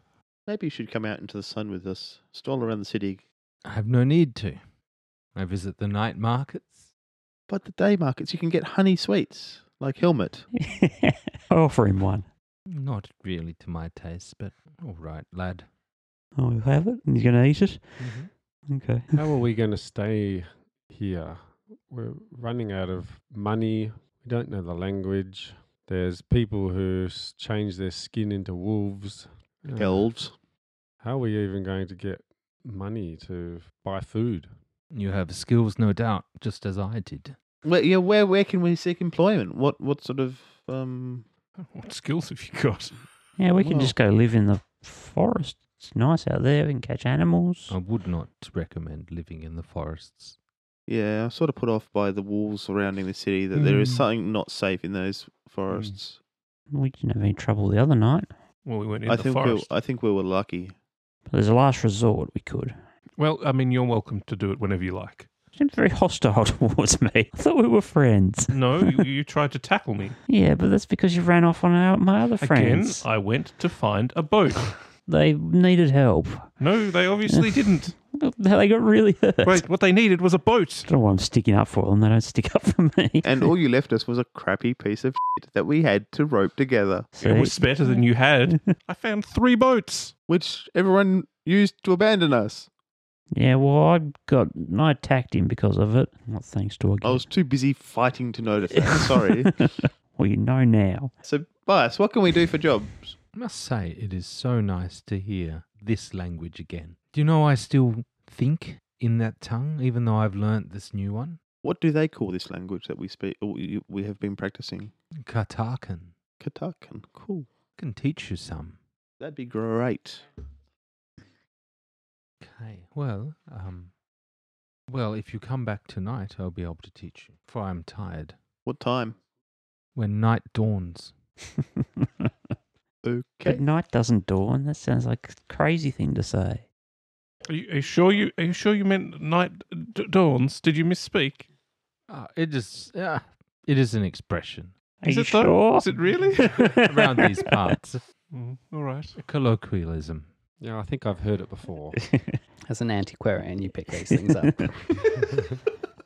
G: Maybe you should come out into the sun with us. Stroll around the city.
A: I have no need to. I visit the night markets.
G: But the day markets, you can get honey sweets, like Helmet.
C: I offer him one.
A: Not really to my taste, but all right, lad.
C: Oh, he'll have it. And he's going to eat it.
E: Mm-hmm.
C: Okay.
F: How are we going to stay here? We're running out of money. We don't know the language. There's people who s- change their skin into wolves. Uh,
E: Mm-hmm.
G: Elves.
F: How are we even going to get money to buy food?
A: You have skills, no doubt, just as I did.
G: Where, yeah, where where can we seek employment? What what sort of um?
E: What skills have you got?
C: Yeah, we can just go live in the forest. It's nice out there. We can catch animals.
E: Oh.
A: I would not recommend living in the forests.
G: Yeah, I'm sort of put off by the walls surrounding the city. That there is
C: Mm.
G: something not safe in
E: Mm.
G: those forests.
C: We didn't have any trouble the other night.
E: Well, we went in
G: I
E: the
G: think we
E: forest.
G: I think we were lucky.
C: But as a last resort, we could.
E: Well, I mean, you're welcome to do it whenever you like.
C: Seems very hostile towards me. I thought we were friends.
E: No, you, you tried to tackle me.
C: Yeah, but that's because you ran off on our, my other friends.
E: Again, I went to find a boat.
C: They needed help.
E: No, they obviously didn't.
C: They got really hurt.
E: Wait, what they needed was a boat.
C: I don't know why I'm sticking up for them. They don't stick up for me.
G: And all you left us was a crappy piece of shit that we had to rope together,
E: It was better than you had. I found three boats.
G: which everyone used to abandon us.
C: Yeah, well, I got I attacked him because of it. Not thanks to a
G: I was too busy fighting to notice that. Sorry.
C: well, you know now.
G: So, Bias, what can we do for jobs?
A: I must say, it is so nice to hear this language again. Do you know I still think in that tongue, even though I've learnt this new one?
G: What do they call this language that we speak? Or we we have been practicing
A: Katakan.
G: Katakan. Cool.
A: Can teach you some.
G: That'd be great.
A: Okay. Well, um, well, if you come back tonight, I'll be able to teach you. For I'm tired.
G: What time?
A: When night dawns,
G: Okay.
C: But night doesn't dawn. That sounds like a crazy thing to say.
E: Are you, are you sure you? Are you sure you meant night d- dawns? Did you misspeak?
A: uh, it is. Uh, it is an expression
C: Are
E: Is
C: you
E: it
C: sure?
E: though? Is it really?
A: around these parts.
E: Mm,
F: Mm-hmm.
E: all right.
A: A colloquialism.
F: Yeah, I think I've heard it before.
D: As an antiquarian, you pick these things up.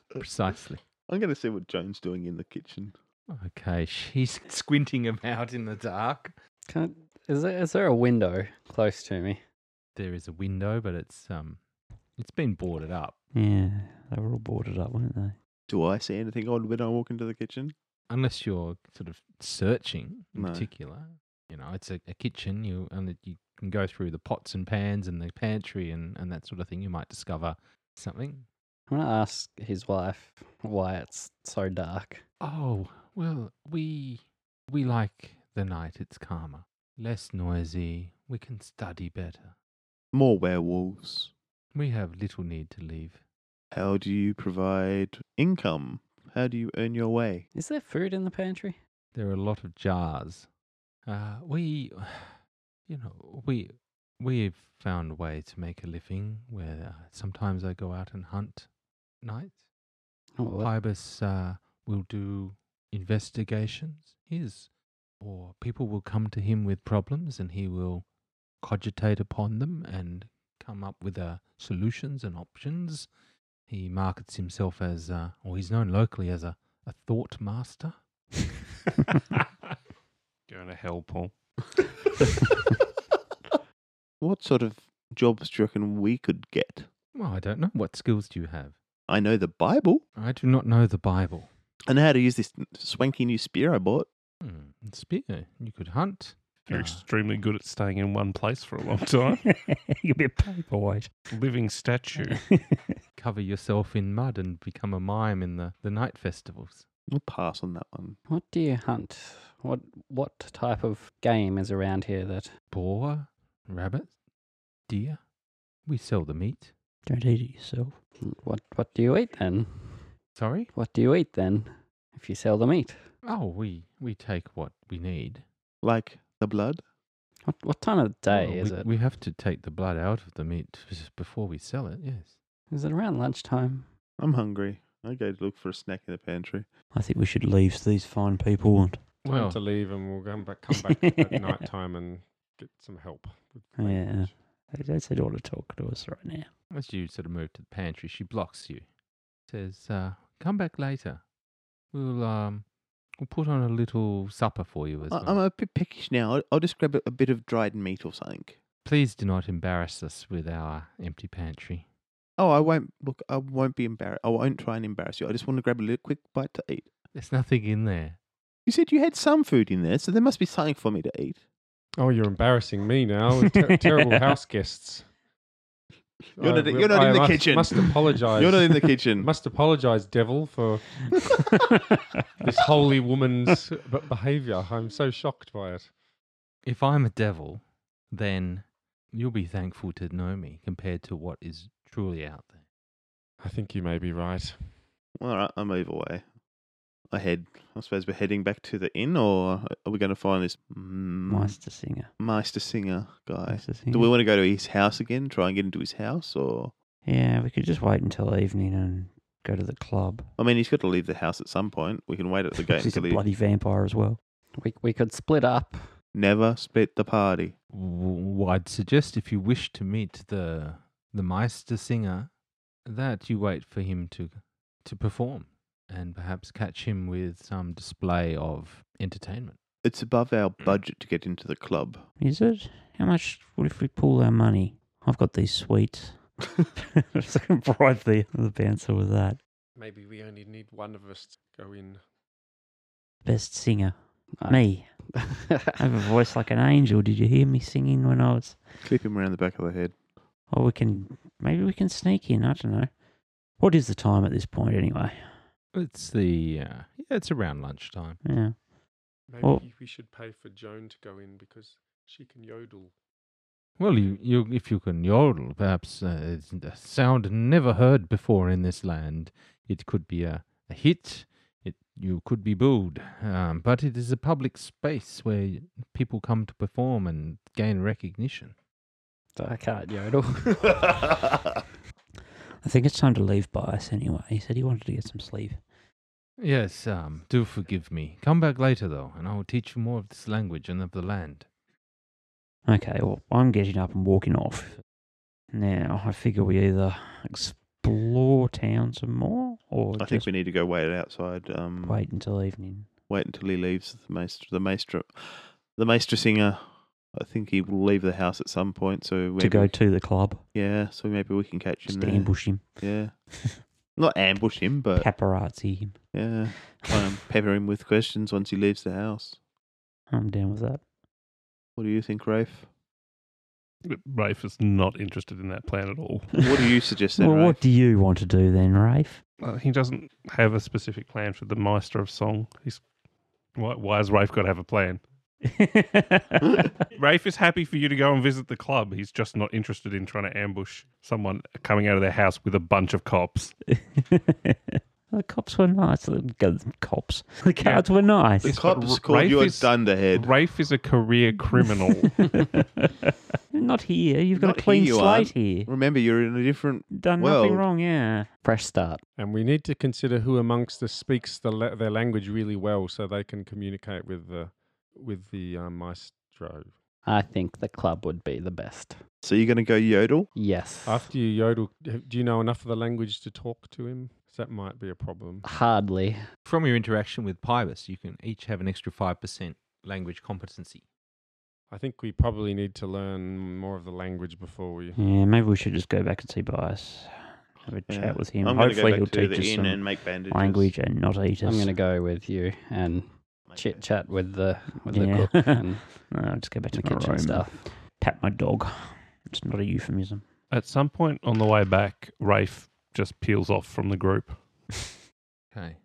A: Precisely.
G: I'm going to see what Joan's doing in the kitchen.
A: Okay, she's squinting about in the dark.
D: Can't, is, there, is there a window close to me?
A: There is a window, but it's um, it's been boarded up.
C: Yeah, they were all boarded up, weren't they?
G: Do I see anything odd when I walk into the kitchen?
A: Unless you're sort of searching in
G: No.
A: particular, you know, it's a, a kitchen. You and it- you can go through the pots and pans and the pantry and and that sort of thing. You might discover something.
D: I'm going to ask his wife why it's so dark.
A: Oh well, we we like the night. It's calmer, less noisy. We can study better.
G: More werewolves.
A: We have little need to leave.
G: How do you provide income? How do you earn your way?
D: Is there food in the pantry?
A: there are a lot of jars. Uh, we, you know, we we've found a way to make a living. Where uh, sometimes I go out and hunt night.
D: Oh, what-
A: Pybus uh, will do investigations. His or people will come to him with problems, and he will cogitate upon them and come up with uh, solutions and options. He markets himself as, uh, or he's known locally as a, a thought master.
E: Going to hell, Paul.
G: What sort of jobs do you reckon we could get?
A: Well, I don't know. What skills do you have?
G: I know the Bible
A: I do not know the Bible.
G: I know how to use this swanky new spear I bought.
A: Hmm. Spear, you could hunt.
E: You're
A: Ah.
E: extremely good at staying in one place for a long time.
C: You'll be a paperweight.
E: Living statue.
A: cover yourself in mud and become a mime in the, the night festivals.
G: We'll pass on that one.
D: What do you hunt? What what type of game is around here that
A: Boar, rabbit, deer. We sell the meat.
C: Don't eat it yourself.
D: what what do you eat then?
A: Sorry?
D: What do you eat then if you sell the meat?
A: Oh, we, we take what we need.
G: Like the blood?
D: What what time of the day
A: Well,
D: is
A: Oh, we,
D: it?
A: We have to take the blood out of the meat f- before we sell it, yes.
D: Is it around lunchtime?
G: I'm hungry. I go to look for a snack in the pantry.
C: I think we should leave these fine people. And...
F: Time
A: Well-
F: to leave, and we'll come back, come back at night time and get some help. with
C: Yeah.
F: language.
C: They don't seem to want to talk to us right now.
A: As you sort of move to the pantry, she blocks you. Says, uh, come back later. We'll um we'll put on a little supper for you as
G: I,
A: well.
G: I'm a bit peckish now. I'll, I'll just grab a, a bit of dried meat or something.
A: Please do not embarrass us with our empty pantry.
G: Oh, I won't. Look, I won't be embarrassed. I won't try and embarrass you. I just want to grab a little quick bite to eat.
A: There's nothing in there.
G: You said you had some food in there, so there must be something for me to eat.
F: Oh, you're embarrassing me now. Ter- terrible house guests.
G: You're not-
F: will-
G: you're not in the
F: must-
G: kitchen.
F: Must apologize.
G: You're not in the kitchen.
F: Must apologize, devil, for this holy woman's b- behavior. I'm so shocked by it.
A: If I'm a devil, then you'll be thankful to know me compared to what is truly out there.
F: I think you may be right.
G: All right, I move away. I head. I suppose we're heading back to the inn, or are we going to find this mm,
C: Master singer.
G: Meister singer guy?
C: Master singer.
G: Do we want to go to his house again? Try and get into his house, or
C: Yeah, we could just wait until evening and go to the club.
G: I mean, he's got to leave the house at some point. We can wait at the gate
C: He's a
G: until he
C: bloody vampire as well.
D: We we could split up.
G: never split the party.
A: W- I'd suggest if you wish to meet the the Meister singer, that you wait for him to to perform and perhaps catch him with some display of entertainment.
G: It's above our
C: Mm.
G: budget to get into the club.
C: Is it? How much? What if we pull our money? I've got these sweets. so I can bribe the, the bouncer with that.
F: Maybe we only need one of us to go in.
C: Best singer.
D: No.
C: Me. I have a voice like an angel. Did you hear me singing when I was?
G: Clip him around the back of the head.
C: Or we can. Maybe we can sneak in. I don't know. What is the time at this point anyway?
A: It's the uh, yeah, it's around lunchtime.
C: Yeah.
F: Maybe
C: Well-
F: we should pay for Joan to go in because she can yodel.
A: Well, you, you if you can yodel, perhaps uh, it's a sound never heard before in this land. It could be a, a hit. It you could be booed, um, but it is a public space where people come to perform and gain recognition.
D: I can't yodel.
C: I think it's time to leave Bias anyway. He said he wanted to get some sleep.
A: Yes, um, do forgive me. Come back later, though, and I will teach you more of this language and of the land.
C: Okay, well, I'm getting up and walking off. Now, I figure we either explore town some more or
G: I
C: just
G: think we need to go wait outside. Um,
C: wait until evening.
G: wait until he leaves the maestro the maestro the maestro singer i think he will leave the house at some point so maybe,
C: to go to the club,
G: yeah so maybe we can catch him
C: just
G: there.
C: ambush him,
G: yeah not ambush him but
C: paparazzi him.
G: yeah try and pepper him with questions once he leaves the house
C: I'm down with that.
G: what do you think rafe
E: Rafe is not interested in that plan at all.
G: what do you suggest then
C: well,
G: rafe?
C: what do you want to do then, Rafe?
E: Uh, he doesn't have a specific plan for the Meister of Song. He's why, why has Rafe got to have a plan? Rafe is happy for you to go and visit the club. He's just not interested in trying to ambush someone coming out of their house with a bunch of cops.
C: the cops were nice. The the cops. The cards were nice.
G: the
E: It's-
G: cops
E: but
G: called
E: Rafe
G: you a
E: is-
G: dunderhead
E: Rafe is a career criminal.
C: Not here. You've got
G: Not
C: a
G: here
C: clean
G: you
C: slate
G: aren't.
C: here.
G: remember you're in a different
C: Done
G: Well-
C: nothing wrong, yeah.
D: Fresh start.
F: And we need to consider who amongst us speaks the la- their language really well, so they can communicate with the with the uh, maestro.
D: I think the club would be the best.
G: so you're going to go yodel
D: Yes.
F: After you yodel, h- do you know enough of the language to talk to him? 'Cause That might be a problem.
D: Hardly.
A: From your interaction with Pybus, you can each have an extra 5% language competency.
F: I think we probably need to learn more of the language before we.
C: Yeah, maybe we should just go back and see Bias. Have a
G: Yeah.
C: chat with him.
G: I'm gonna
C: Hopefully,
G: go
C: he'll
G: back to
C: teach
G: the
C: us
G: inn
C: some
G: and make bandages.
C: language and not eat us.
D: I'm going to go with you and
G: Make
D: chit
G: bandages.
D: chat with the with
C: Yeah.
D: the cook and
C: No, Uh, just go back to
D: the
C: my
D: kitchen
C: room.
D: stuff.
C: Pat my dog. It's not a euphemism.
E: At some point on the way back, Rafe just peels off from the group
A: Okay.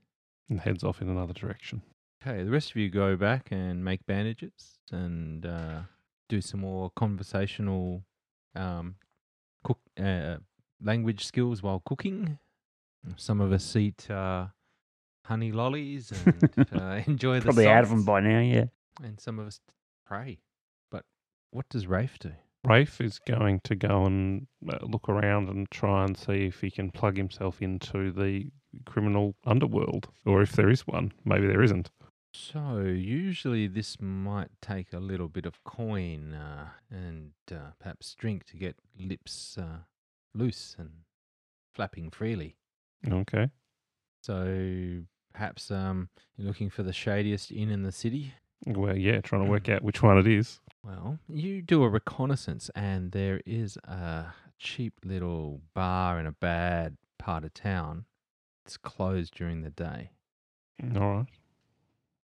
E: and heads off in another direction.
A: Okay, the rest of you go back and make bandages and uh, do some more conversational um, cook uh, language skills while cooking. Some of us eat uh, honey lollies and uh, enjoy the
C: Probably out of them
A: sights,
C: by now, yeah.
A: and some of us pray. But what does Rafe do?
E: Rafe is going to go and uh, look around and try and see if he can plug himself into the criminal underworld, or if there is one. Maybe there isn't.
A: So usually this might take a little bit of coin uh, and uh, perhaps drink to get lips uh, loose and flapping freely.
E: Okay.
A: So perhaps um, you're looking for the shadiest inn in the city.
E: Well, yeah, trying to work out which one it is.
A: Well, you do a reconnaissance, and there is a cheap little bar in a bad part of town. It's closed during the day.
E: All right.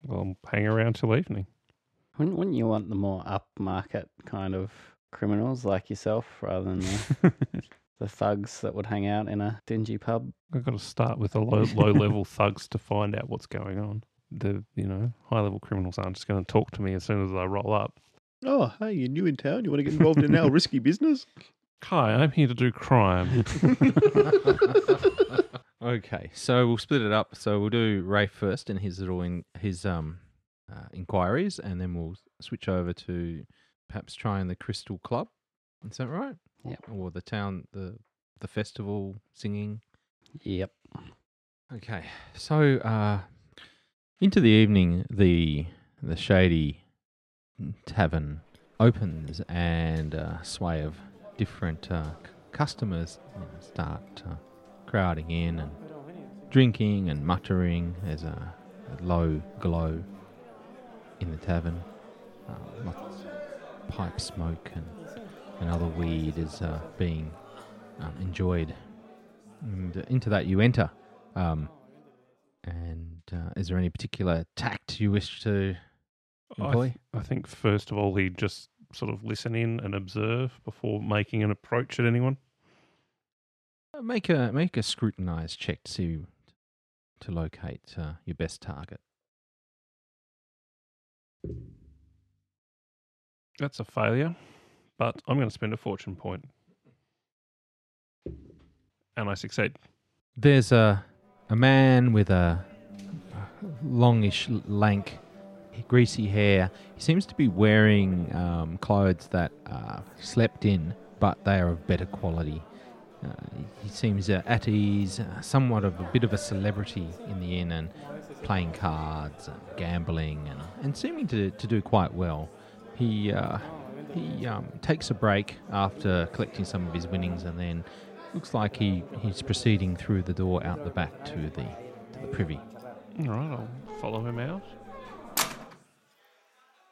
E: Well, hang around till evening.
D: Wouldn't, wouldn't you want the more upmarket kind of criminals like yourself rather than the, the thugs that would hang out in a dingy pub?
E: I've got to start with the low, low level thugs to find out what's going on. The you know high level criminals aren't just going to talk to me as soon as I roll up.
G: Oh, hey, you're new in town. You want to get involved in our risky business?
E: Kai, I'm here to do crime.
A: okay, so we'll split it up. So we'll do Ray first and his little in, his um uh, inquiries, and then we'll switch over to perhaps trying the Crystal Club. Is that right?
D: Yep.
A: Or the town, the the festival singing.
D: Yep.
A: Okay, so uh, into the evening, the the shady tavern opens, and a sway of different uh, c- customers you know, start uh, crowding in and drinking and muttering. There's a, a low glow in the tavern. Uh, lots of pipe smoke and, and other weed is uh, being um, enjoyed. And uh, into that you enter. Um, and uh, is there any particular tact you wish to
E: I,
A: employ?
E: th- I think first of all he'd just sort of listen in and observe before making an approach at anyone.
A: Uh, Make a make a scrutinized check to see, to locate uh, your best target.
E: That's a failure, but I'm going to spend a fortune point, and I succeed.
A: There's a a man with a longish, lank, greasy hair. He seems to be wearing um, clothes that are slept in, but they are of better quality. Uh, he seems uh, at ease, uh, somewhat of a bit of a celebrity in the inn, and playing cards and gambling, and, and seeming to, to do quite well. He uh, he um, takes a break after collecting some of his winnings, and then looks like he, he's proceeding through the door out the back to the to the privy.
E: All right, I'll follow him out.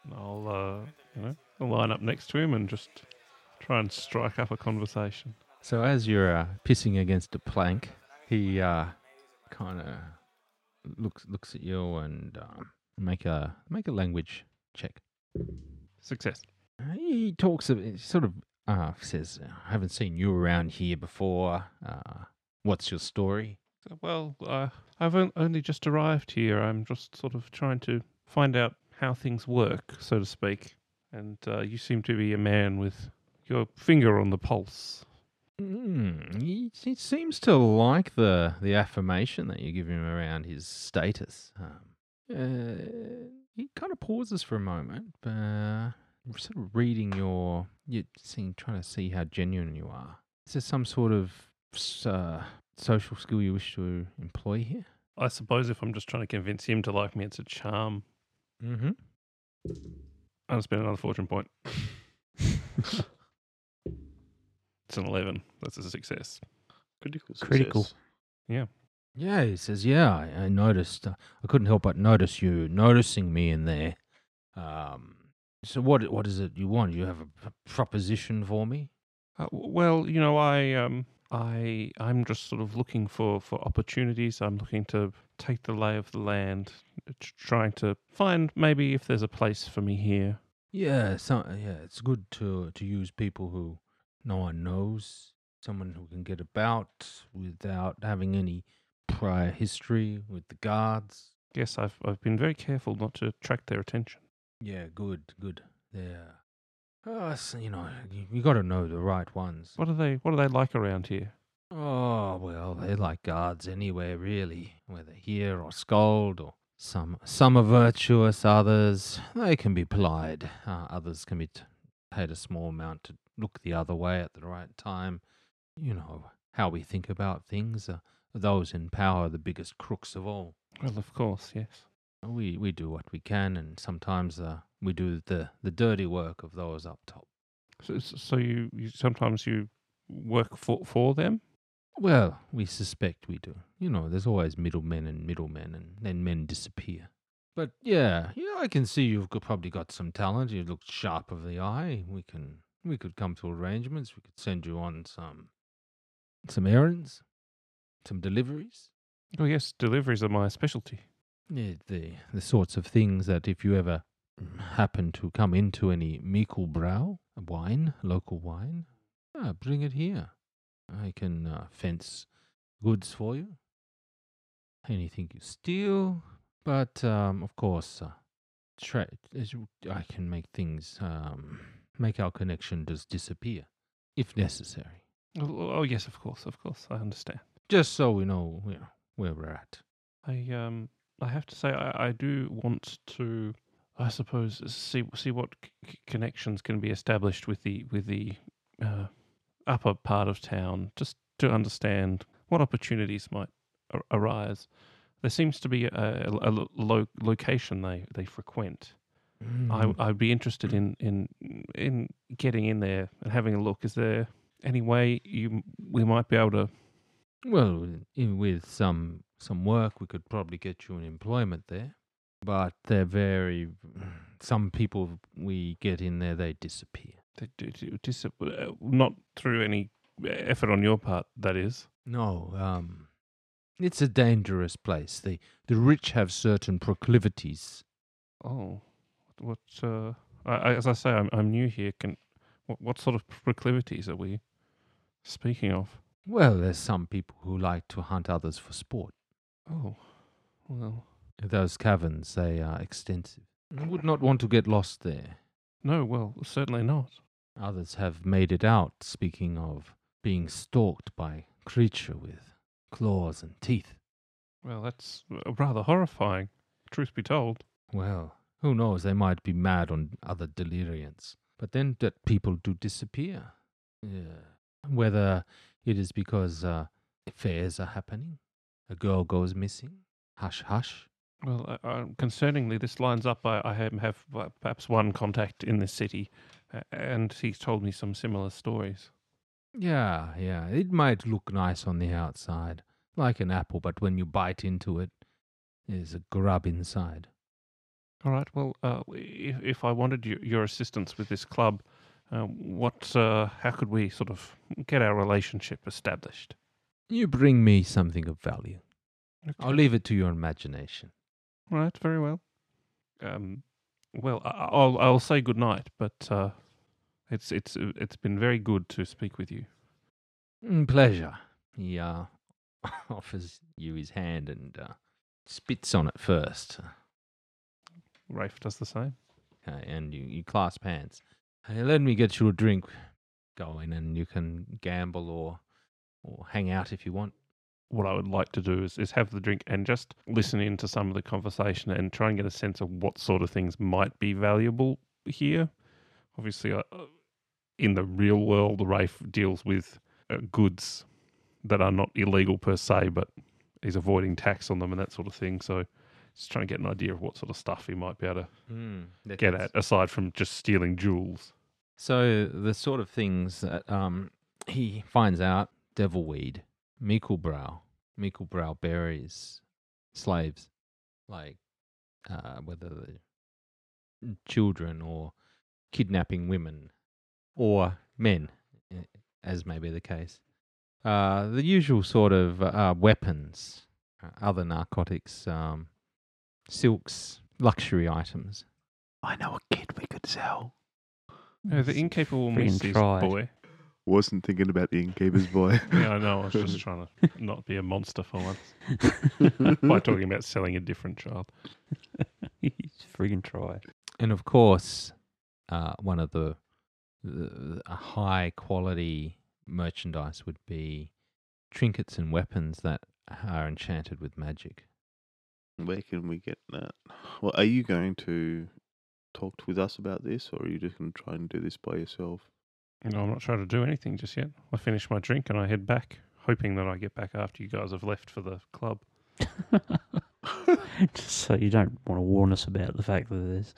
E: And I'll uh, you know I'll line up next to him and just try and strike up a conversation.
A: So as you're uh, pissing against a plank, he uh, kind of looks looks at you and um, make a make a language check.
E: Success.
A: He talks of he sort of uh, says, "I haven't seen you around here before. Uh, what's your story?"
E: Well, uh, I've on- only just arrived here. I'm just sort of trying to find out how things work, so to speak. And uh, you seem to be a man with your finger on the pulse.
A: Mm, he, he seems to like the the affirmation that you give him around his status. Um, uh, he kind of pauses for a moment, uh, sort of reading your, you're seeing, trying to see how genuine you are. Is there some sort of s- uh, social skill you wish to employ here?
E: I suppose if I'm just trying to convince him to like me, it's a charm.
A: Mm-hmm.
E: I'll spend another fortune point. it's an 11. That's a success.
G: Critical. Success.
C: Critical.
A: Yeah, he says, yeah, I, I noticed. Uh, I couldn't help but notice you noticing me in there. Um, so what? What is it you want? You have a p- proposition for me?
E: Uh, w- well, you know, I um, I I'm just sort of looking for for opportunities. I'm looking to take the lay of the land, t- trying to find maybe if there's a place for me here.
A: Yeah, so, uh, yeah, it's good to to use people who no one knows, someone who can get about without having any prior history with the guards.
E: Yes, I've I've been very careful not to attract their attention.
A: Yeah, good, good. Yeah. Uh, s you know, you, you got to know the right ones.
E: What are they What are they like around here?
A: Oh, well, they're like guards anywhere, really, whether here or scold or some some are virtuous, others they can be plied, uh, others can be t- paid a small amount to look the other way at the right time. You know how we think about things. Uh, those in power are the biggest crooks of all.
E: Well, of course, yes.
A: We we do what we can, and sometimes uh, we do the the dirty work of those up top.
E: So, so you, you sometimes you work for for them.
A: Well, we suspect we do. You know, there's always middlemen and middlemen, and then men disappear. But yeah, yeah, I can see you've got, probably got some talent. You look sharp of the eye. We can, we could come to arrangements. We could send you on some, some errands, some deliveries.
E: Oh yes, deliveries are my specialty.
A: Yeah, the the sorts of things that if you ever happen to come into any Mikkelbrau wine, local wine, uh, bring it here. I can uh, fence goods for you. Anything you steal, but um, of course, uh, tra- as you- I can make things um, make our connection just disappear if necessary.
E: Oh, oh yes, of course, of course, I understand.
A: Just so we know, you know where we're at.
E: I um I have to say I, I do want to I suppose see see what c- c- connections can be established with the with the uh, upper part of town just to understand what opportunities might ar- arise. There seems to be a, a, a lo- lo- location they, they frequent.
A: Mm.
E: I, I'd be interested in, in in getting in there and having a look. Is there any way you we might be able to?
A: Well, in, with some some work, we could probably get you an employment there. But they're very. Some people we get in there, they disappear.
E: to- to- to dis- uh, Not through any uh, effort on your part, that is.
A: No, um, it's a dangerous place. The the rich have certain proclivities.
E: Oh, what? Uh, I, I- as I say, I'm, I'm new here. Can what, what sort of proclivities are we speaking of?
A: Well, there's some people who like to hunt others for sport.
E: Oh, well,
A: Those caverns, they are extensive. I would not want to get lost there.
E: no, well, certainly not.
A: Others have made it out, speaking of being stalked by creature with claws and teeth.
E: Well, that's uh, rather horrifying. Truth be told,
A: Well, who knows? They might be mad on other deliriants. But then that people do disappear. Yeah. Whether it is because uh, affairs are happening, a girl goes missing, hush hush.
E: well, uh, uh, concerningly, this lines up. I, I have, have uh, perhaps one contact in this city, uh, and he's told me some similar stories.
A: Yeah, yeah. It might look nice on the outside, like an apple, but when you bite into it, there's a grub inside.
E: All right. Well, uh, if, if I wanted your, your assistance with this club, uh, what? Uh, how could we sort of get our relationship established?
A: You bring me something of value. I'll
E: Okay.
A: leave it to your imagination.
E: All Right. Very well. Um, well, I, I'll I'll say good night, but uh, it's it's uh, it's been very good to speak with you.
A: Mm, Pleasure. He uh, offers you his hand and uh, spits on it first.
E: Rafe does the same.
A: Okay, and you, you clasp hands. Hey, let me get you a drink. Go in and you can gamble or or hang out if you want.
E: What I would like to do is, is have the drink and just listen in to some of the conversation and try and get a sense of what sort of things might be valuable here. Obviously, uh, uh, in the real world, Rafe deals with uh, goods that are not illegal per se, but he's avoiding tax on them and that sort of thing. So, just trying to get an idea of what sort of stuff he might be able to
A: Mm,
E: get at, aside from just stealing jewels.
A: So the sort of things that um, he finds out: devilweed, meeklebrow, meeklebrow berries, slaves, like uh, whether the mm, children or kidnapping women or men, eh, as may be the case. uh, the usual sort of uh, weapons, uh, other narcotics, um, silks, luxury items.
G: I know a kid we could sell.
E: No, Oh, the incapable
C: Friggin'
E: misses
C: tried.
E: boy.
G: Wasn't thinking about the innkeeper's boy.
E: Yeah, I know. I was just trying to not be a monster for once by talking about selling a different child.
C: He's friggin' tried.
A: and of course, uh, one of the, the a high quality merchandise would be trinkets and weapons that are enchanted with magic.
G: Where can we get that? Well, are you going to talk with us about this, or are you just going to try and do this by yourself?
E: No, I'm not trying to do anything just yet. I finish my drink and I head back, hoping that I get back after you guys have left for the club.
C: Just so you don't want to warn us about the fact that there's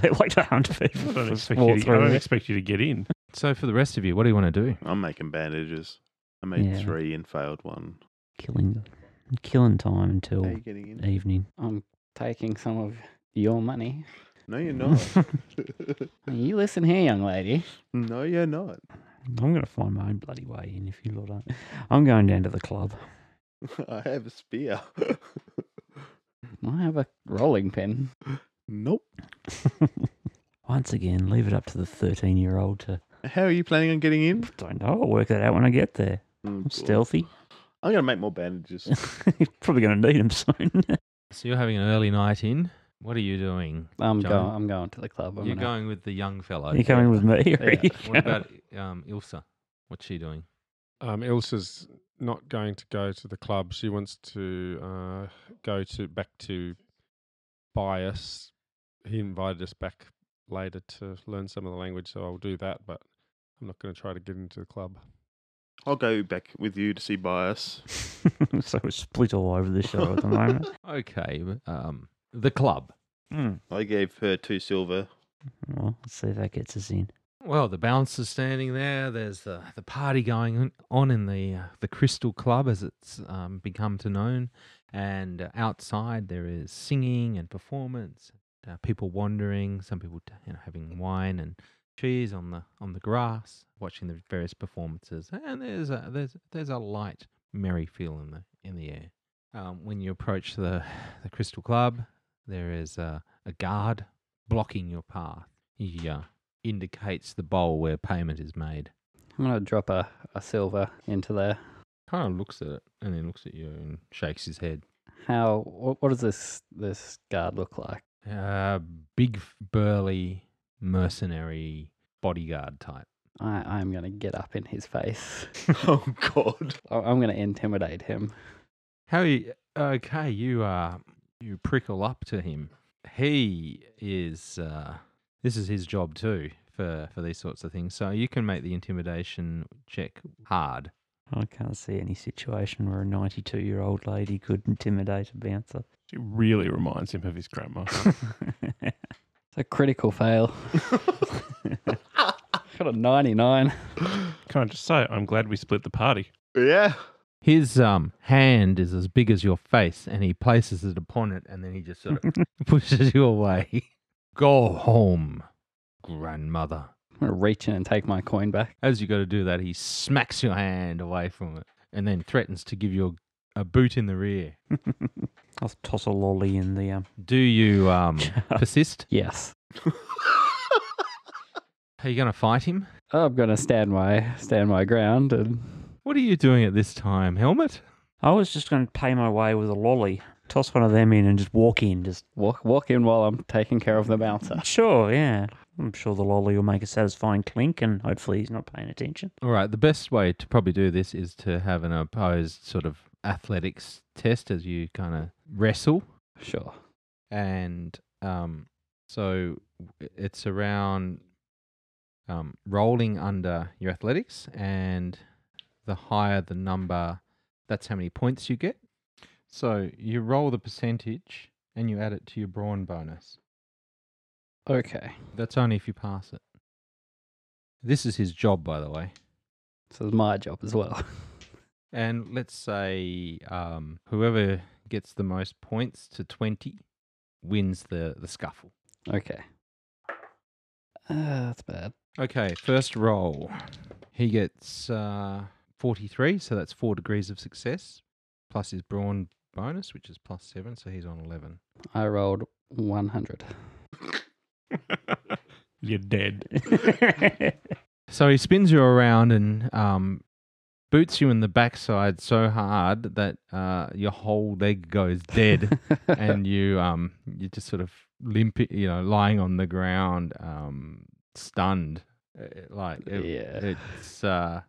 C: they like to hunt people.
E: I don't,
C: for
E: expect
C: small
E: you to, I don't
C: throats.
E: expect you to get in.
A: So, for the rest of you, what do you want to do?
G: I'm making bandages. I made
C: Yeah.
G: three and failed one.
C: killing, killing time until
G: Are you getting in?
C: evening.
D: I'm taking some of your money.
G: No, you're not.
D: You listen here, young lady.
G: no, you're not.
C: I'm going to find my own bloody way in if you lot don't. I'm going down to the club.
G: I have a spear.
D: I have a rolling pin.
G: nope.
C: Once again, leave it up to the 13 year old to.
G: How are you planning on getting in?
C: Don't know. I'll work that out when I get there.
G: Mm,
C: I'm
G: cool.
C: stealthy.
G: I'm going to make more bandages.
C: You're probably going to need them soon.
A: So, you're having an early night in. What are you doing?
D: I'm
A: Johnny?
D: going. I'm going to the club. I'm
A: You're
D: gonna-
A: going with the young fellow.
C: You're coming with me. are
D: Yeah.
C: you?
A: What about um, Ilsa? What's she doing?
F: Um, Ilsa's not going to go to the club. She wants to uh, go to back to Bias. He invited us back later to learn some of the language, so I'll do that. But I'm not going to try to get into the club.
G: I'll go back with you to see Bias.
C: so we're split all over the show at the moment.
A: Okay, um, the club.
C: Hmm.
G: I gave her two silver.
C: Well, let's see if that gets us in.
A: Well, the bouncer's standing there. There's the, the party going on in the uh, the Crystal Club, as it's um, become to known. And uh, outside there is singing and performance. Uh, people wandering. Some people t- you know, having wine and cheese on the on the grass, watching the various performances. And there's a there's there's a light merry feel in the in the air. Um, when you approach the the Crystal Club, there is a, a guard blocking your path. He uh, indicates the bowl where payment is made.
D: I'm gonna drop a, a silver into there.
A: Kind of looks at it and then looks at you and shakes his head.
D: How? What, what does this this guard look like?
A: Uh, big, burly, mercenary bodyguard type.
D: I I'm gonna get up in his face.
G: oh, God.
D: I- I'm gonna intimidate him.
A: Harry, okay, you uh, you prickle up to him. He is. Uh, this is his job too for for these sorts of things. So you can make the intimidation check hard.
C: I can't see any situation where a 92 year old lady could intimidate a bouncer.
E: It really reminds him of his grandma.
D: It's a critical fail. Got a 99.
E: Can I just say, I'm glad we split the party.
G: Yeah.
A: His um hand is as big as your face, and he places it upon it, and then he just sort of pushes you away. Go home, grandmother.
D: I'm gonna reach in and take my coin back.
A: As you go to do that, he smacks your hand away from it, and then threatens to give you a, a boot in the rear.
C: I'll toss a lolly in the. Um...
A: Do you um persist?
D: Yes.
A: Are you going to fight him?
D: I'm gonna stand my stand my ground and
A: What are you doing at this time, Helmet?
C: I was just going to pay my way with a lolly, toss one of them in, and just walk in. Just
D: walk walk in while I'm taking care of the bouncer.
C: sure, yeah. I'm sure the lolly will make a satisfying clink, and hopefully he's not paying attention.
A: All right, the best way to probably do this is to have an opposed sort of athletics test as you kind of wrestle.
D: Sure.
A: and um, so it's around um, rolling under your athletics, and the higher the number, that's how many points you get. So you roll the percentage and you add it to your brawn bonus.
D: Okay.
A: That's only if you pass it. This is his job, by the way.
D: So it's my job as well.
A: And let's say um, whoever gets the most points to 20 wins the, the scuffle.
D: Okay. Uh, that's bad.
A: Okay, first roll. He gets uh, 43, so that's four degrees of success, plus his brawn bonus, which is plus seven, so he's on 11.
D: I rolled 100.
E: You're dead.
A: So he spins you around and um, boots you in the backside so hard that uh, your whole leg goes dead, and you um, you just sort of limp, you know, lying on the ground, um, stunned. Uh, Like it-
D: Yeah.
A: it's uh,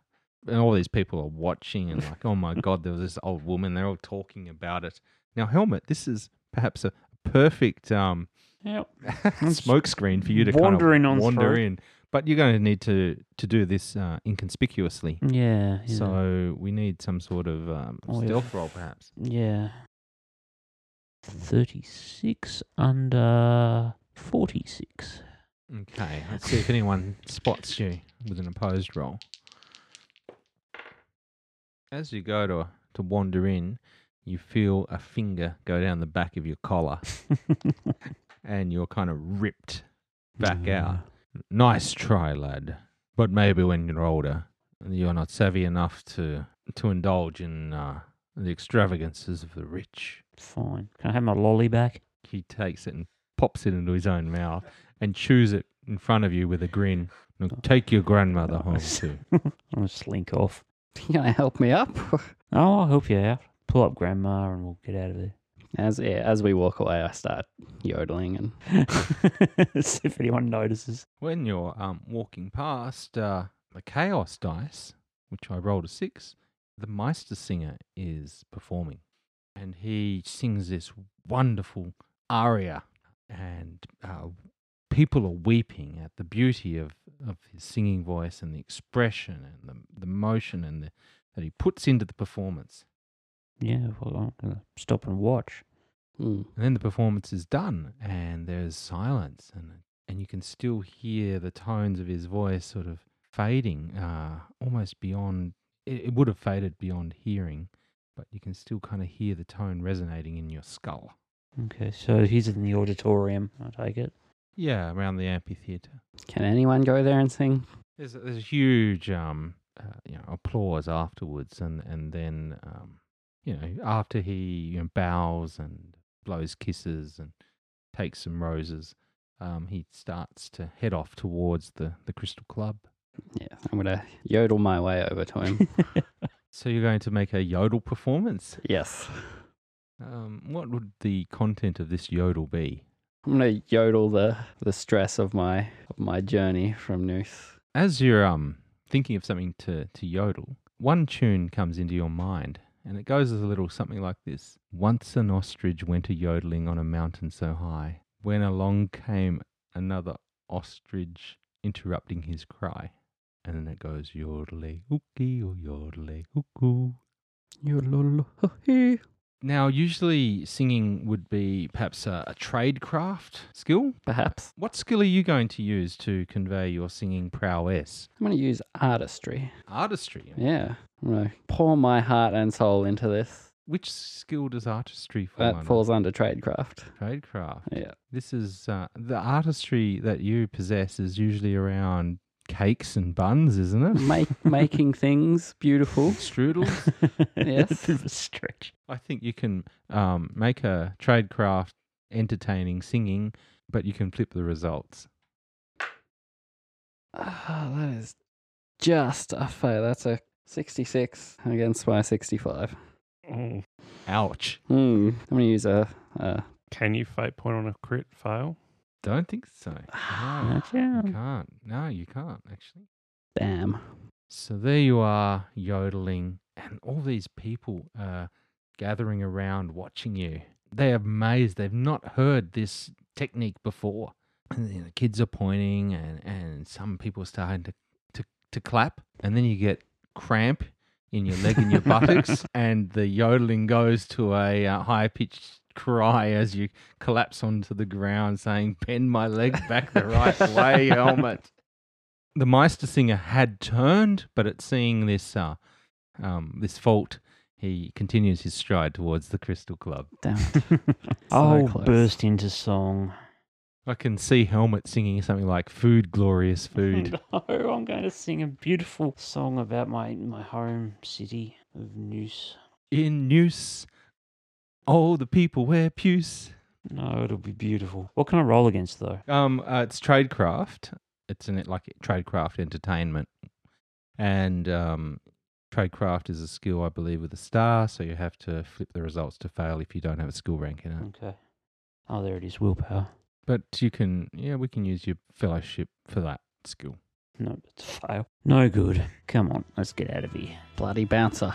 A: and all these people are watching and like, oh my god, there was this old woman. They're all talking about it. Now, helmet, this is perhaps a perfect um,
C: yep.
A: smoke screen for you to
C: wandering
A: kind
C: on
A: of wander
C: through.
A: in. But you're going to need to to do this uh, inconspicuously.
C: Mm, Yeah. yeah.
A: So we need some sort of um,
C: Oh, yeah.
A: stealth roll, perhaps.
C: Yeah. 36 under 46.
A: Okay, let's see if anyone spots you with an opposed roll. As you go to to wander in, you feel a finger go down the back of your collar, and you're kind of ripped back
C: Mm.
A: out. Nice try, lad. But maybe when you're older, you're not savvy enough to to indulge in uh, the extravagances of the rich.
C: Fine. Can I have my lolly back?
A: He takes it and pops it into his own mouth and chews it in front of you with a grin. Now, take your grandmother home
C: Nice.
A: too.
C: I'm going to slink off.
D: You gonna help me up?
C: Oh, I'll help you out. Pull up Grandma and we'll get out of
D: As yeah, as we walk away, I start yodeling and
C: there. See if anyone notices.
A: When you're um, walking past uh, the chaos dice, which I rolled a six, the Meister singer is performing, and he sings this wonderful aria, and uh, people are weeping at the beauty of, of his singing voice and the expression and the, the motion and the, that he puts into the performance.
C: Yeah, well, I'm going to stop and watch.
D: Hmm.
A: And then the performance is done, and there's silence, and and you can still hear the tones of his voice sort of fading, uh, almost beyond. It, it would have faded beyond hearing, but you can still kind of hear the tone resonating in your skull.
C: Okay, so he's in the auditorium, I take it.
A: Yeah, around the amphitheater.
D: can anyone go there and sing?
A: There's a, there's a huge um, uh, you know applause afterwards, and and then um, you know after he you know, bows and blows kisses and takes some roses, um, he starts to head off towards the the Crystal Club.
D: Yeah, I'm gonna yodel my way over to him.
A: So you're going to make a yodel performance.
D: yes,
A: Um, what would the content of this yodel be?
D: I'm gonna yodel the the stress of my of my journey from Nooth.
A: As you're um thinking of something to to yodel, one tune comes into your mind, and it goes as a little something like this: Once an ostrich went a yodeling on a mountain so high, when along came another ostrich interrupting his cry, and then it goes yodely ookie oh, or yodely ookoo. Now, usually singing would be perhaps a, a trade craft skill.
D: Perhaps
A: What skill are you going to use to convey your singing prowess?
D: I'm gonna use artistry.
A: Artistry.
D: Yeah, I'm gonna pour my heart and soul into this.
A: Which skill does artistry fall
D: That
A: under?
D: falls under tradecraft.
A: Tradecraft.
D: Yeah.
A: This is uh, the artistry that you possess is usually around cakes and buns, isn't it?
D: Make, making things beautiful.
A: Strudels.
D: Yes.
C: Bit of a stretch.
A: I think you can um, make a tradecraft entertaining singing, but you can flip the results.
D: Ah, that is just a fail. That's a 66 against my 65.
E: Oh,
A: Ouch.
D: Hmm. I'm going to use a. a
E: Can you fate point on a crit fail?
A: Don't think so. No,
C: Not
D: Ah.
A: you
C: yet.
A: can't. No, you can't actually.
D: damn.
A: So there you are, yodeling, and all these people are gathering around watching you. They're amazed. They've not heard this technique before. And then the kids are pointing, and, and some people are starting to, to, to clap. And then you get cramp in your leg and your buttocks, and the yodeling goes to a uh, high pitched cry as you collapse onto the ground, saying, Bend my leg back the right way, helmet the Meister singer had turned, but at seeing this uh, um, this fault, he continues his stride towards the Crystal Club.
D: Damn it. So
C: I'll
D: close.
C: burst into song.
A: I can see Helmet singing something like "Food, glorious food."
C: No, I'm going to sing a beautiful song about my, my home city of Noose.
A: In noose, all the people wear puce.
C: No, it'll be beautiful. What can I roll against, though?
A: Um, uh, it's tradecraft. It's in it like tradecraft entertainment, and um, tradecraft is a skill I believe with a star. So you have to flip the results to fail if you don't have a skill rank in it.
C: Okay. Oh, there it is. Willpower.
A: But you can, yeah, we can use your fellowship for that skill.
C: No, it's a fail. No good. Come on, let's get out of here.
D: Bloody bouncer.